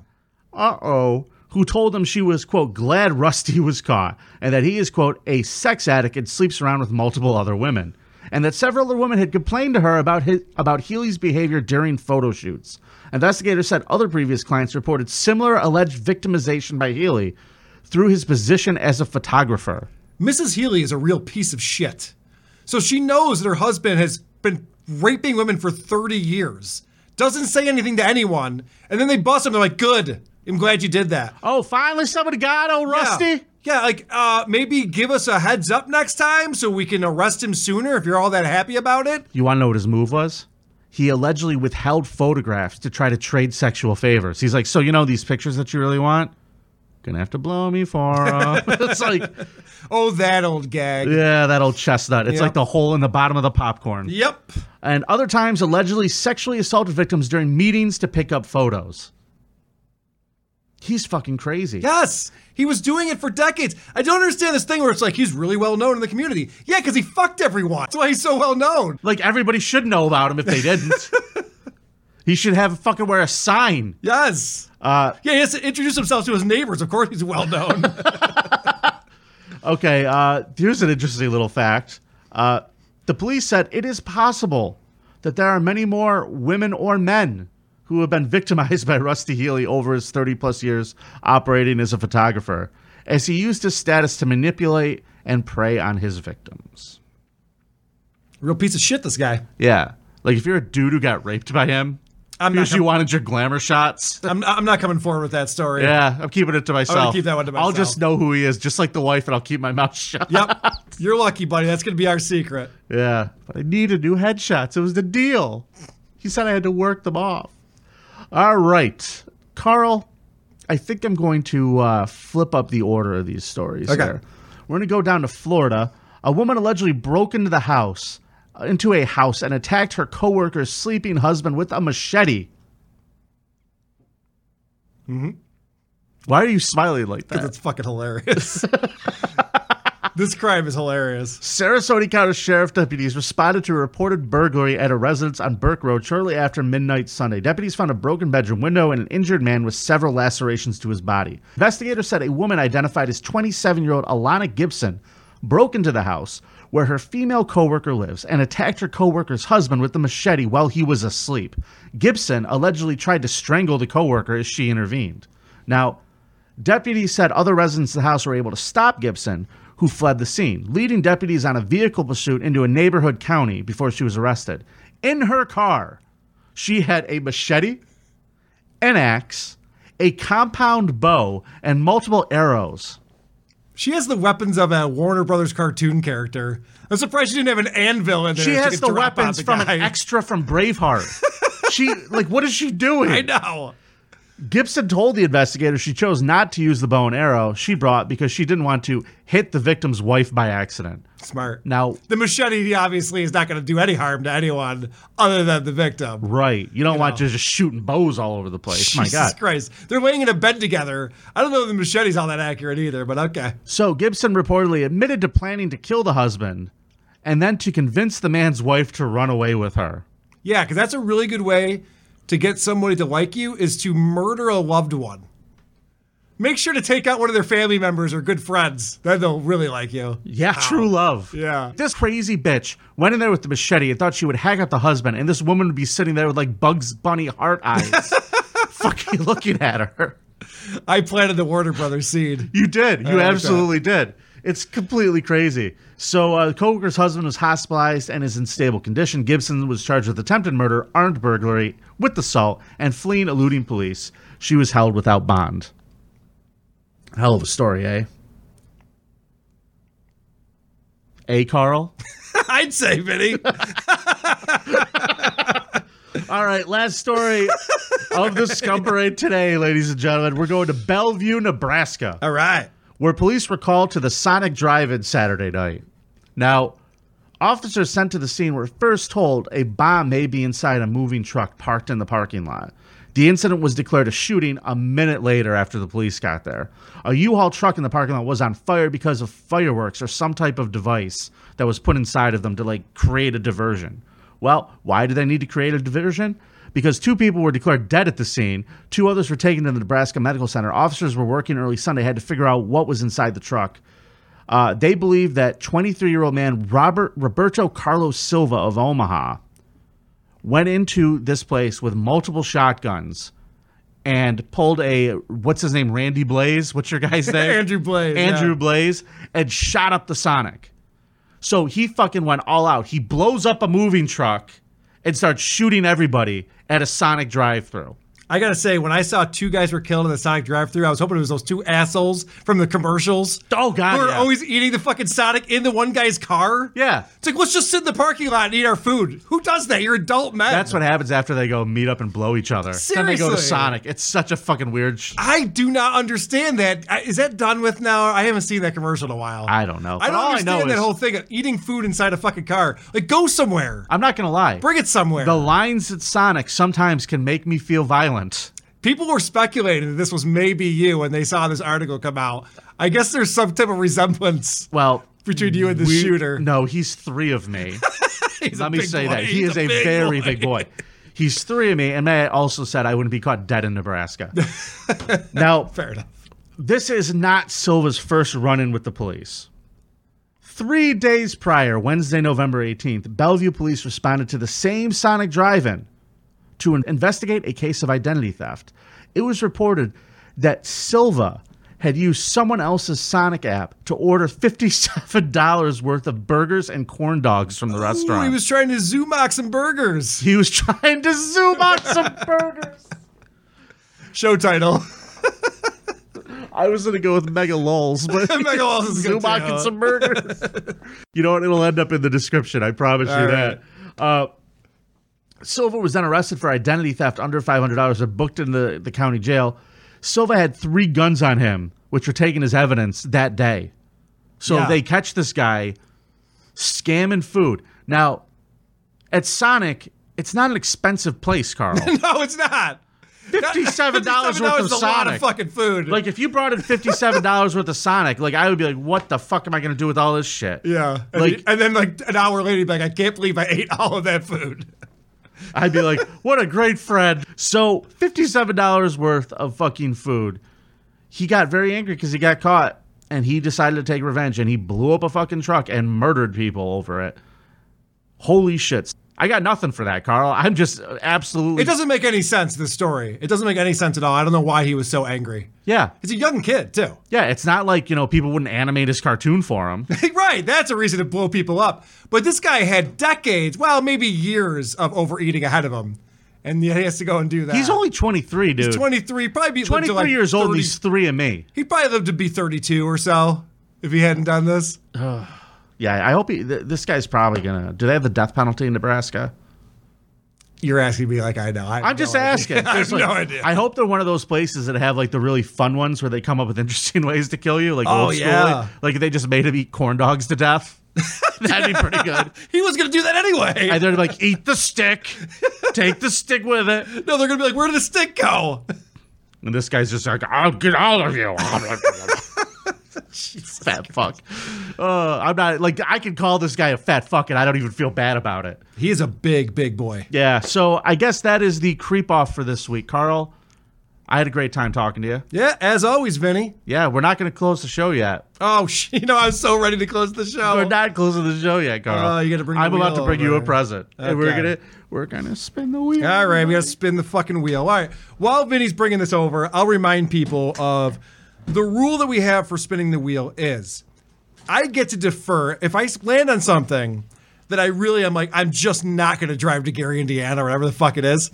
uh oh, who told him she was, quote, glad Rusty was caught and that he is, quote, a sex addict and sleeps around with multiple other women. And that several other women had complained to her about his, about Healy's behavior during photo shoots. Investigators said other previous clients reported similar alleged victimization by Healy through his position as a photographer. Mrs. Healy is a real piece of shit. So she knows that her husband has been raping women for 30 years, doesn't say anything to anyone, and then they bust him. They're like, good. I'm glad you did that. Oh, finally somebody got old Rusty. Yeah, like uh, maybe give us a heads up next time so we can arrest him sooner if you're all that happy about it. You want to know what his move was? He allegedly withheld photographs to try to trade sexual favors. He's like, so you know these pictures that you really want? Gonna have to blow me for 'em." it's like, oh, that old gag. yeah, that old chestnut. It's Yep. like the hole in the bottom of the popcorn. Yep. And other times, allegedly sexually assaulted victims during meetings to pick up photos. He's fucking crazy. Yes, he was doing it for decades. I don't understand this thing where it's like he's really well known in the community. Yeah, because he fucked everyone. That's why he's so well known. Like everybody should know about him if they didn't. he should have fucking wear a sign. Yes. Uh, Yeah, he has to introduce himself to his neighbors. Of course, he's well known. Okay, uh, here's an interesting little fact. Uh, the police said it is possible that there are many more women or men who have been victimized by Rusty Healy over his 30 plus years operating as a photographer, as he used his status to manipulate and prey on his victims. Real piece of shit, this guy. Yeah. Like if you're a dude who got raped by him, I'm I'm not usually com- wanted your glamour shots. I'm, I'm not coming forward with that story. Yeah, I'm keeping it to myself. keep that one to I'll just know who he is, just like the wife, and I'll keep my mouth shut. Yep. You're lucky, buddy. That's going to be our secret. Yeah, but I needed new headshots. It was the deal. He said I had to work them off. All right, Carl, I think I'm going to uh, flip up the order of these stories. Okay. here. We're going to go down to Florida. A woman allegedly broke into the house, uh, into a house, and attacked her coworker's sleeping husband with a machete. Mm-hmm. Why are you smiling like that? Because it's fucking hilarious. this crime is hilarious. Sarasota County Sheriff deputies responded to a reported burglary at a residence on Burke Road shortly after midnight Sunday. Deputies found a broken bedroom window and an injured man with several lacerations to his body. Investigators said a woman identified as 27 year old Alana Gibson broke into the house where her female coworker lives and attacked her coworker's husband with a machete while he was asleep. Gibson allegedly tried to strangle the coworker as she intervened. Now, Deputies said other residents of the house were able to stop Gibson, who fled the scene, leading deputies on a vehicle pursuit into a neighborhood county before she was arrested. In her car, she had a machete, an axe, a compound bow, and multiple arrows. She has the weapons of a Warner Brothers cartoon character. I'm surprised she didn't have an anvil in there. She that has could the drop on weapons the from guy. an extra from Braveheart. she like what is she doing? I know. Gibson told the investigator she chose not to use the bow and arrow she brought because she didn't want to hit the victim's wife by accident. Smart. Now, The machete obviously is not going to do any harm to anyone other than the victim. Right. You don't want you just shooting bows all over the place. My Jesus God. Christ. They're laying in a bed together. I don't know if the machete's all that accurate either, but okay. So Gibson reportedly admitted to planning to kill the husband and then to convince the man's wife to run away with her. Yeah, because that's a really good way to get somebody to like you is to murder a loved one. Make sure to take out one of their family members or good friends. Then they'll really like you. Yeah, true love. Yeah. This crazy bitch went in there with the machete and thought she would hack up the husband, and this woman would be sitting there with like Bugs Bunny heart eyes, fucking looking at her. I planted the Warner Brothers seed. You did. I You like that. absolutely did. It's completely crazy. So, uh, the coworker's husband was hospitalized and is in stable condition. Gibson was charged with attempted murder, armed burglary with assault, and fleeing, eluding police. She was held without bond. Hell of a story, eh? Eh, Carl? I'd say, Vinny. All right, last story of the scum parade today, ladies and gentlemen. We're going to Bellevue, Nebraska. All right. Where police were called to the Sonic Drive in Saturday night. Now, officers sent to the scene were first told a bomb may be inside a moving truck parked in the parking lot. The incident was declared a shooting a minute later after the police got there. A U Haul truck in the parking lot was on fire because of fireworks or some type of device that was put inside of them to like create a diversion. Well, why do they need to create a diversion? Because two people were declared dead at the scene, two others were taken to the Nebraska Medical Center. Officers were working early Sunday, had to figure out what was inside the truck. Uh, they believe that 23 year old man Robert Roberto Carlos Silva of Omaha went into this place with multiple shotguns and pulled a what's his name Randy Blaze what's your guy's name Andrew Blaze, yeah. Andrew Blaze and shot up the Sonic so he fucking went all out he blows up a moving truck and starts shooting everybody at a Sonic drive through I gotta say, when I saw two guys were killed in the Sonic drive-thru, I was hoping it was those two assholes from the commercials. Oh god, who were yeah. always eating the fucking Sonic in the one guy's car. Yeah, it's like let's just sit in the parking lot and eat our food. Who does that? You're adult men. That's what happens after they go meet up and blow each other. Then they go to Seriously. Sonic. It's such a fucking weird. Sh- I do not understand that. I- Is that done with now? I haven't seen that commercial in a while. I don't know. But I don't all understand know that is- whole thing of eating food inside a fucking car. Like, go somewhere. I'm not gonna lie. Bring it somewhere. The lines at Sonic sometimes can make me feel violent. People were speculating that this was maybe you when they saw this article come out. I guess there's some type of resemblance. Well, between you and the We- shooter. No, he's three of me. Let me big say boy. that he He's is a a big very boy. big boy. He's three of me, and Matt also said I wouldn't be caught dead in Nebraska. now, fair enough. This is not Silva's first run-in with the police. Three days prior, Wednesday, November 18th, Bellevue police responded to the same Sonic drive in to in- investigate a case of identity theft. It was reported that Silva had used someone else's Sonic app to order $57 worth of burgers and corn dogs from the Ooh, restaurant. he was trying to zoomox some burgers. He was trying to zoom out some burgers. Show title. I was going to go with Mega Lols, but Mega Lols is good, Zoom out too. and some burgers. you know what? It'll end up in the description. I promise All you that. Uh, Silva was then arrested for identity theft under $500 and booked in the, the county jail. Silva had three guns on him, which were taken as evidence that day. So Yeah. they catch this guy scamming food. Now, at Sonic, it's not an expensive place, Carl. no, it's not. $57 worth of is a lot of Sonic. fucking food. Like if you brought in fifty seven dollars worth of Sonic, like I would be like, what the fuck am I gonna do with all this shit? yeah. And, Like- and then like an hour later, you'd be like, I can't believe I ate all of that food. I'd be like, what a great friend. So fifty seven dollars worth of fucking food. He got very angry because he got caught and he decided to take revenge and he blew up a fucking truck and murdered people over it. Holy shit. I got nothing for that, Carl. I'm just uh, absolutely It doesn't make any sense, this story. It doesn't make any sense at all. I don't know why he was so angry. Yeah. He's a young kid, too. Yeah, it's not like, you know, people wouldn't animate his cartoon for him. right, that's a reason to blow people up. But this guy had decades, well, maybe years of overeating ahead of him. And yet he has to go and do that. He's only 23, dude. He's 23, probably be lived to, 23 like, years old and 30. he's three of me. He probably lived to be 32 or so if he hadn't done this. Yeah, I hope he, th- this guy's probably gonna. Do they have the death penalty in Nebraska? You're asking me like I know. I have I'm just no idea. asking. I There's, have like- no idea. I hope they're one of those places that have like the really fun ones where they come up with interesting ways to kill you. Like Oh, old school. yeah. Like if they just made him eat corn dogs to death. That'd be pretty good. he was going to do that anyway. And they're like, eat the stick, take the stick with it. no, they're going to be like, where did the stick go? And this guy's just like, I'll get all of you. fat fuck. Uh, I'm not like I can call this guy a fat fuck and I don't even feel bad about it. He is a big, big boy. Yeah, so I guess that is the creep off for this week, Carl. I had a great time talking to you. Yeah, as always, Vinny. Yeah, we're not going to close the show yet. Oh, sh- you know, I was so ready to close the show. We're not closing the show yet, Carl. Oh, you gotta bring the I'm about to wheel bring you a over. present, and we're Okay. gonna we're gonna spin the wheel. All right, we gotta spin the fucking wheel. All right, while Vinny's bringing this over, I'll remind people of the rule that we have for spinning the wheel is I get to defer if I land on something that I really am like I'm just not gonna drive to Gary, Indiana, or whatever the fuck it is.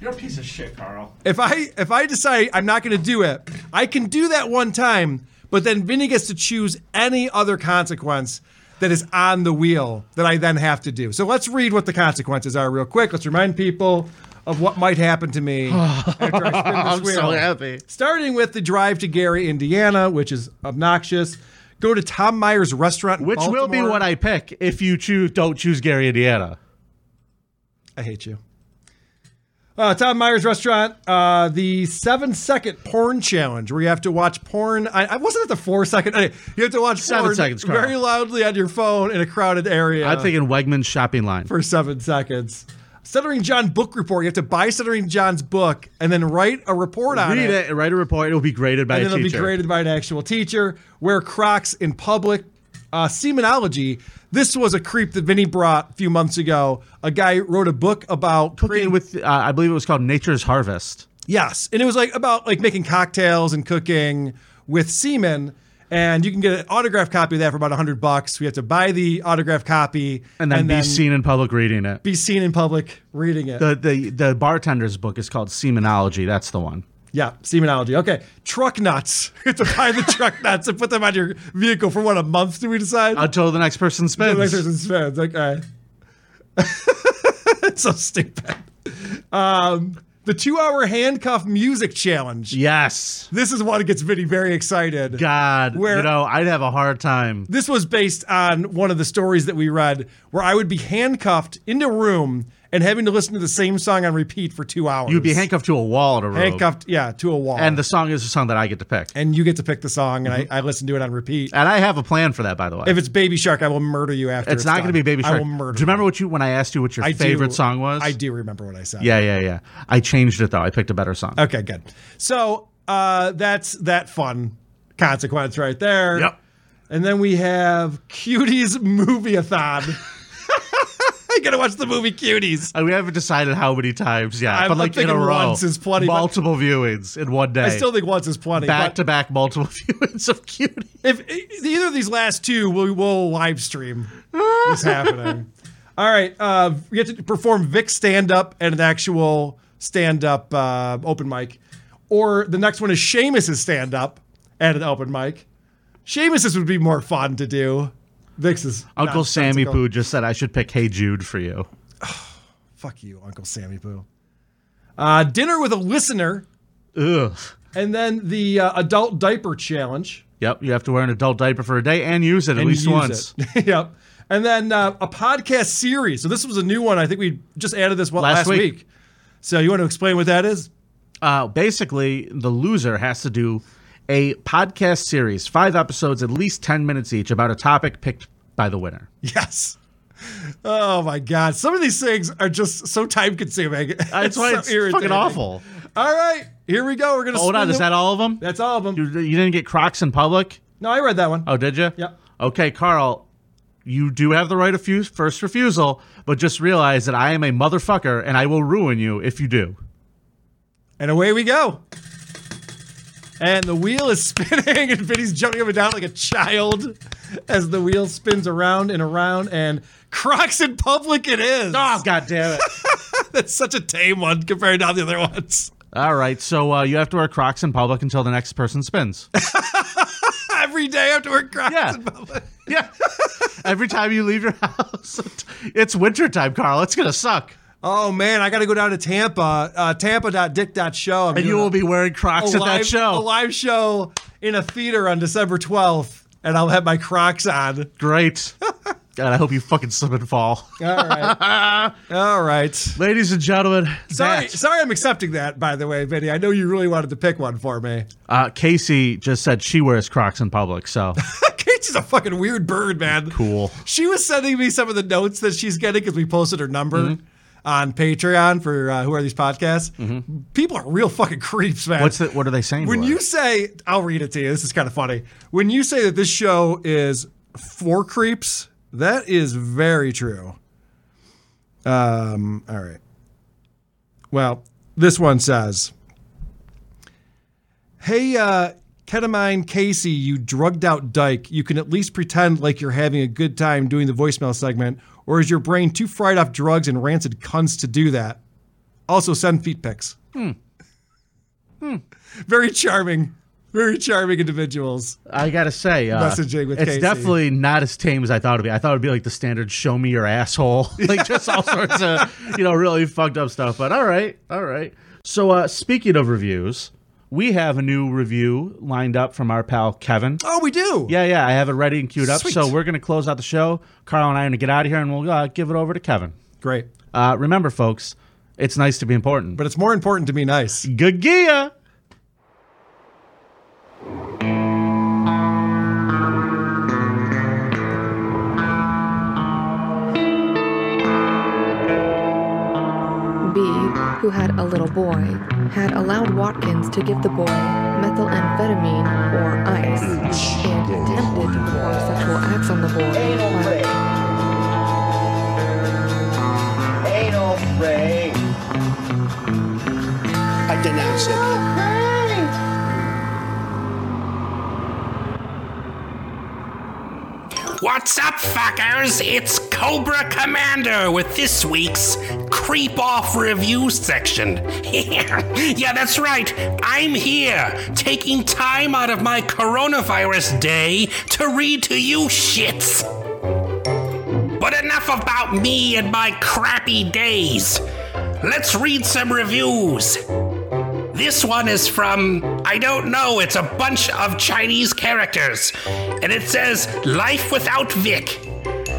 You're a piece of shit, Carl. If I if I decide I'm not going to do it, I can do that one time, but then Vinny gets to choose any other consequence that is on the wheel that I then have to do. So let's read what the consequences are real quick. Let's remind people of what might happen to me after I spin this I'm wheel. so happy. Starting with the drive to Gary, Indiana, which is obnoxious. Go to Tom Meyer's restaurant, in Which will be Baltimore. what I pick if you choose don't choose Gary, Indiana. I hate you. Uh, Tom Myers Restaurant, uh, the seven second porn challenge where you have to watch porn. I, I wasn't at the four second. anyway, you have to watch Seven porn seconds, Carl. very loudly on your phone in a crowded area I'm thinking Wegman's shopping line. Uh, for seven seconds. Stuttering John book report. You have to buy Stuttering John's book and then write a report on Read it, write a report. It'll be graded by and a then it'll teacher. be graded by an actual teacher. Wear Crocs in public. Uh, semenology. This was a creep that Vinny brought a few months ago. A guy wrote a book about Cooking with, uh, I believe it was called Nature's Harvest. Yes, and it was like about like making cocktails and cooking with semen. And you can get an autographed copy of that for about 100 bucks. We have to buy the autographed copy And then be seen in public reading it. be seen in public reading it. The, the the bartender's book is called Semenology. That's the one. yeah, semenology. Okay, truck nuts. you have to buy the truck nuts and put them on your vehicle for what, a month, do we decide? Until the next person The next spins. person spins. Like, all right. so stupid. Um, the two hour handcuff music challenge. Yes. This is one that gets Vinny very excited. God, Where- you know, I'd have a hard time. This was based on one of the stories that we read where I would be handcuffed into a room and having to listen to the same song on repeat for two hours. You'd be handcuffed to a wall at a room. Handcuffed, yeah, to a wall. And the Mm-hmm. song is the song that I get to pick. And you get to pick the song, and I, I listen to it on repeat. And I have a plan for that, by the way. If it's Baby Shark, I will murder you after. it's, not going to done. be Baby Shark. I will murder. Do you remember what you when I asked you what your I do- favorite song was? I do remember what I said. Yeah, yeah, yeah. I changed it though. I picked a better song. Okay, good. So uh, that's that fun consequence right there. Yep. And then we have Cuties Movie-a-thon. I gotta watch the movie Cuties. Uh, We haven't decided how many times yet, I'm- but I'm like in a thinking row, once is plenty, but- multiple viewings in one day. I still think once is plenty. back but to back multiple viewings of cutie. if e, either of these last two, we will live stream what's happening. All right, uh, we have to perform Vic stand up and an actual stand up uh, open mic, or the next one is Seamus's stand up and an open mic. Seamus's would be more fun to do. Vic's is Uncle Sammy nonsensical. Poo just said I should pick Hey Jude for you. Fuck you, Uncle Sammy Poo. Uh, dinner with a listener, Ugh. and then the uh, adult diaper challenge. Yep, you have to wear an adult diaper for a day and use it at and least use once. it. yep. And then uh, a podcast series. So this was a new one. I think we just added this one last, Last week. week. So you want to explain what that is? Uh, basically, the loser has to do a podcast series, five episodes, at least ten minutes each, about a topic picked by the winner. Yes. Oh my God! Some of these things are just so time consuming. That's why it's fucking awful. All right, here we go. We're gonna. Hold spin on, is the- that all of them? That's all of them. You, you didn't get Crocs in public? No, I read that one. Oh, did you? Yep. Okay, Carl, you do have the right of fuse, first refusal, but just realize that I am a motherfucker and I will ruin you if you do. And away we go. And the wheel is spinning, and Vinny's jumping up and down like a child as the wheel spins around and around. And Crocs in public, it is. Oh, god damn it. That's such a tame one compared to all the other ones. All right, so uh, you have to wear Crocs in public until the next person spins. Every day I have to wear Crocs Yeah. in public. Yeah. Every time you leave your house, it's wintertime, Carl. It's going to suck. Oh, man, I got to go down to Tampa, uh, tampa.dick.show. I'm And you doing will a- be wearing Crocs a at that live- A show. live show in a theater on December 12th, and I'll have my Crocs on. Great. God, I hope you fucking slip and fall. All right. all right. Ladies and gentlemen, Sorry, that- sorry, I'm accepting that. By the way, Vinny, I know you really wanted to pick one for me. uh, Casey just said she wears Crocs in public, so Kate's a fucking weird bird, man. cool. She was sending me some of the notes that she's getting because we posted her number Mm-hmm. on Patreon for uh, who are these podcasts. People are real fucking creeps, man. Mm-hmm. What's the, what are they saying? to when her? you say, I'll read it to you. This is kind of funny. When you say that this show is for creeps, that is very true. Um, all right. Well, this one says, Hey, uh, Ketamine Casey, you drugged out dyke. You can at least pretend like you're having a good time doing the voicemail segment, or is your brain too fried off drugs and rancid cunts to do that? Also, send feet pics. Very charming, very charming individuals. I gotta say, uh, Messaging with it's Casey. definitely not as tame as I thought it'd be. I thought it'd be like the standard "show me your asshole," like just all sorts of you know really fucked up stuff. But all right, all right. So uh, speaking of reviews, we have a new review lined up from our pal Kevin. Oh, we do. Yeah, yeah, I have it ready and queued up. Sweet. So we're gonna close out the show. Carl and I are gonna get out of here, and we'll uh, give it over to Kevin. Great. Uh, remember, folks, it's nice to be important. But it's more important to be nice. Gagia. B, who had a little boy, had allowed Watkins to give the boy methamphetamine or ice and attempted to perform sexual acts on the boy. Anal ray. I denounce it. What's up, fuckers? It's Cobra Commander with this week's Creep Off Review section. yeah, that's right. I'm here, taking time out of my coronavirus day to read to you shits. But enough about me and my crappy days. Let's read some reviews. This one is from, I don't know, it's a bunch of Chinese characters. And it says, Life Without Vic.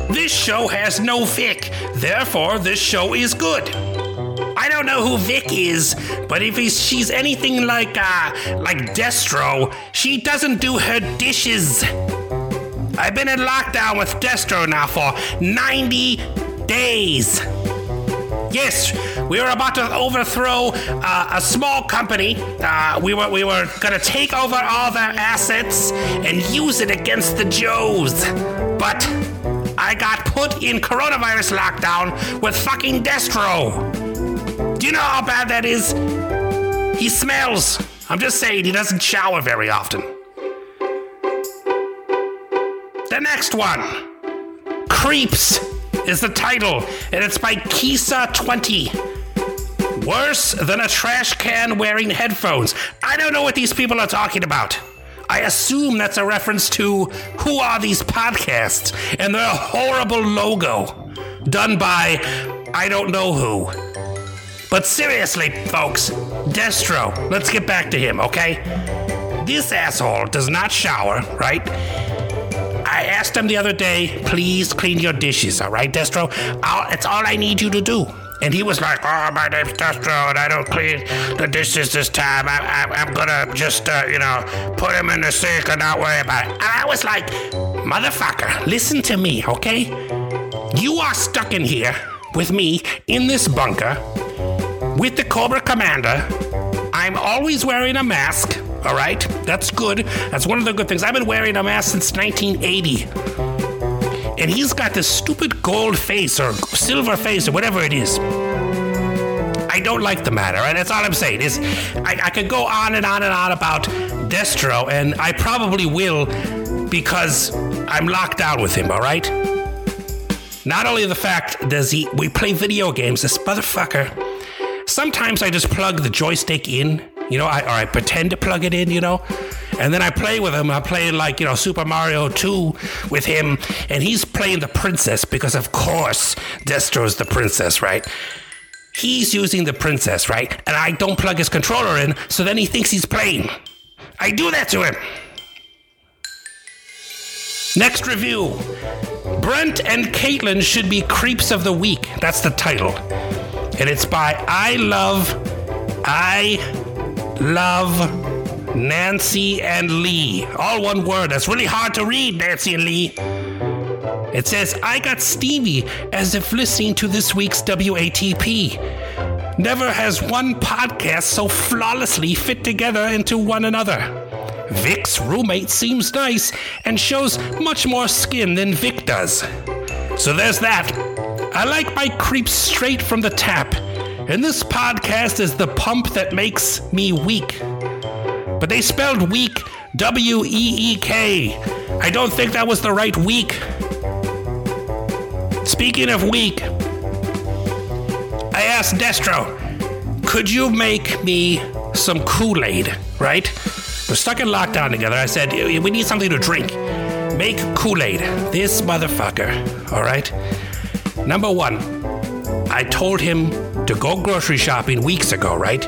This show has no Vic, therefore, this show is good. I don't know who Vic is, but if he's, she's anything like, uh, like Destro, she doesn't do her dishes. I've been in lockdown with Destro now for 90 days. Yes, we were about to overthrow uh, a small company. Uh, we were we were gonna take over all their assets and use it against the Joes, but I got put in coronavirus lockdown with fucking Destro. Do you know how bad that is? He smells. I'm just saying he doesn't shower very often. The next one. Creeps is the title, and it's by Kisa20. Worse than a trash can wearing headphones. I don't know what these people are talking about. I assume that's a reference to Who Are These Podcasts and their horrible logo done by I don't know who. But seriously, folks, Destro, let's get back to him, okay? This asshole does not shower, right? I asked him the other day, please clean your dishes, all right, Destro? I'll, it's all I need you to do. And he was like, oh, my name's Destro, and I don't clean the dishes this time. I, I, I'm gonna just, uh, you know, put them in the sink and not worry about it. And I was like, motherfucker, listen to me, okay? You are stuck in here with me in this bunker with the Cobra Commander. I'm always wearing a mask, all right? That's good. That's one of the good things. I've been wearing a mask since 1980. And he's got this stupid gold face or silver face or whatever it is. I don't like the matter, and that's all I'm saying. Is I, I could go on and on and on about Destro, and I probably will because I'm locked down with him, all right? Not only the fact does he we play video games, this motherfucker sometimes I just plug the joystick in, you know, I, or I pretend to plug it in, you know, and then I play with him. I play like, you know, Super Mario 2 with him, and he's playing the princess because, of course, Destro's the princess, right? He's using the princess, right? And I don't plug his controller in, so then he thinks he's playing. I do that to him. Next review Brent and Caitlin should be creeps of the week. That's the title and it's by I Love, I Love Nancy and Lee. All one word. That's really hard to read, Nancy and Lee. It says, I got Stevie as if listening to this week's WATP. Never has one podcast so flawlessly fit together into one another. Vic's roommate seems nice and shows much more skin than Vic does. So there's that. I like my creeps straight from the tap, and this podcast is the pump that makes me weak. But they spelled weak W E E K. I don't think that was the right week. Speaking of weak, I asked Destro, could you make me some Kool Aid, right? We're stuck in lockdown together. I said, we need something to drink. Make Kool Aid. This motherfucker, all right? Number one, I told him to go grocery shopping weeks ago, right?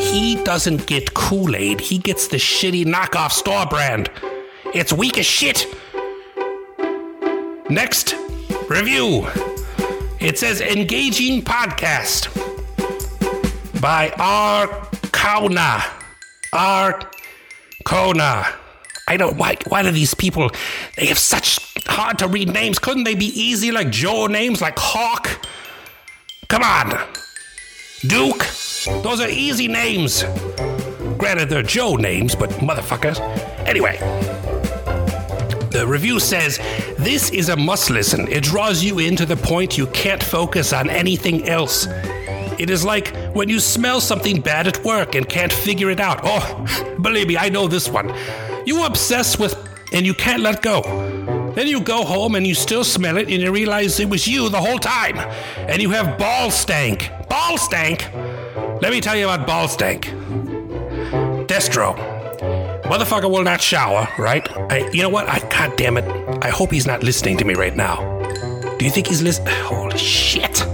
He doesn't get Kool Aid, he gets the shitty knockoff store brand. It's weak as shit. Next review it says Engaging Podcast by R. Kauna. R. Kona. I don't. Why? Why do these people? They have such hard to read names. Couldn't they be easy like Joe names like Hawk? Come on, Duke. Those are easy names. Granted, they're Joe names, but motherfuckers. Anyway, the review says this is a must listen. It draws you in to the point you can't focus on anything else. It is like when you smell something bad at work and can't figure it out. Oh, believe me, I know this one. You obsess with and you can't let go. Then you go home and you still smell it and you realize it was you the whole time. And you have ball stank. Ball stank? Let me tell you about ball stank. Destro. Motherfucker will not shower, right? I, you know what? I, God damn it. I hope he's not listening to me right now. Do you think he's listening? Holy shit.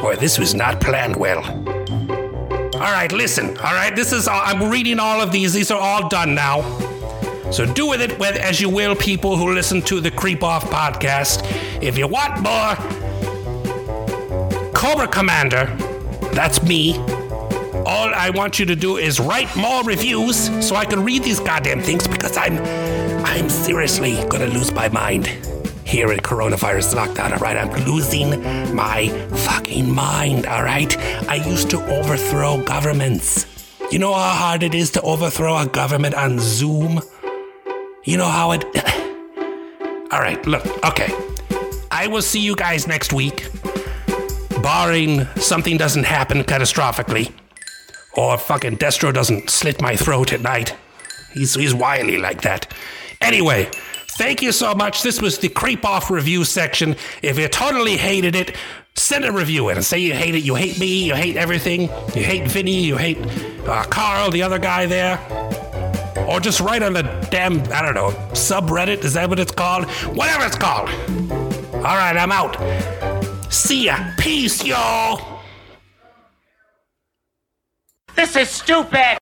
Boy, this was not planned well. All right, listen. All right, this is all. I'm reading all of these. These are all done now. So do with it with, as you will, people who listen to the Creep Off podcast. If you want more, Cobra Commander, that's me. All I want you to do is write more reviews so I can read these goddamn things because I'm, I'm seriously gonna lose my mind here in coronavirus lockdown. All right, I'm losing my fucking mind. All right, I used to overthrow governments. You know how hard it is to overthrow a government on Zoom. You know how it. All right, look, okay. I will see you guys next week, barring something doesn't happen catastrophically, or fucking Destro doesn't slit my throat at night. He's he's wily like that. Anyway, thank you so much. This was the creep off review section. If you totally hated it, send a review in and say you hate it. You hate me. You hate everything. You hate Vinny. You hate uh, Carl, the other guy there or just write on the damn I don't know subreddit. Is that what it's called? Whatever it's called. All right, I'm out. See ya. Peace, y'all. This is stupid!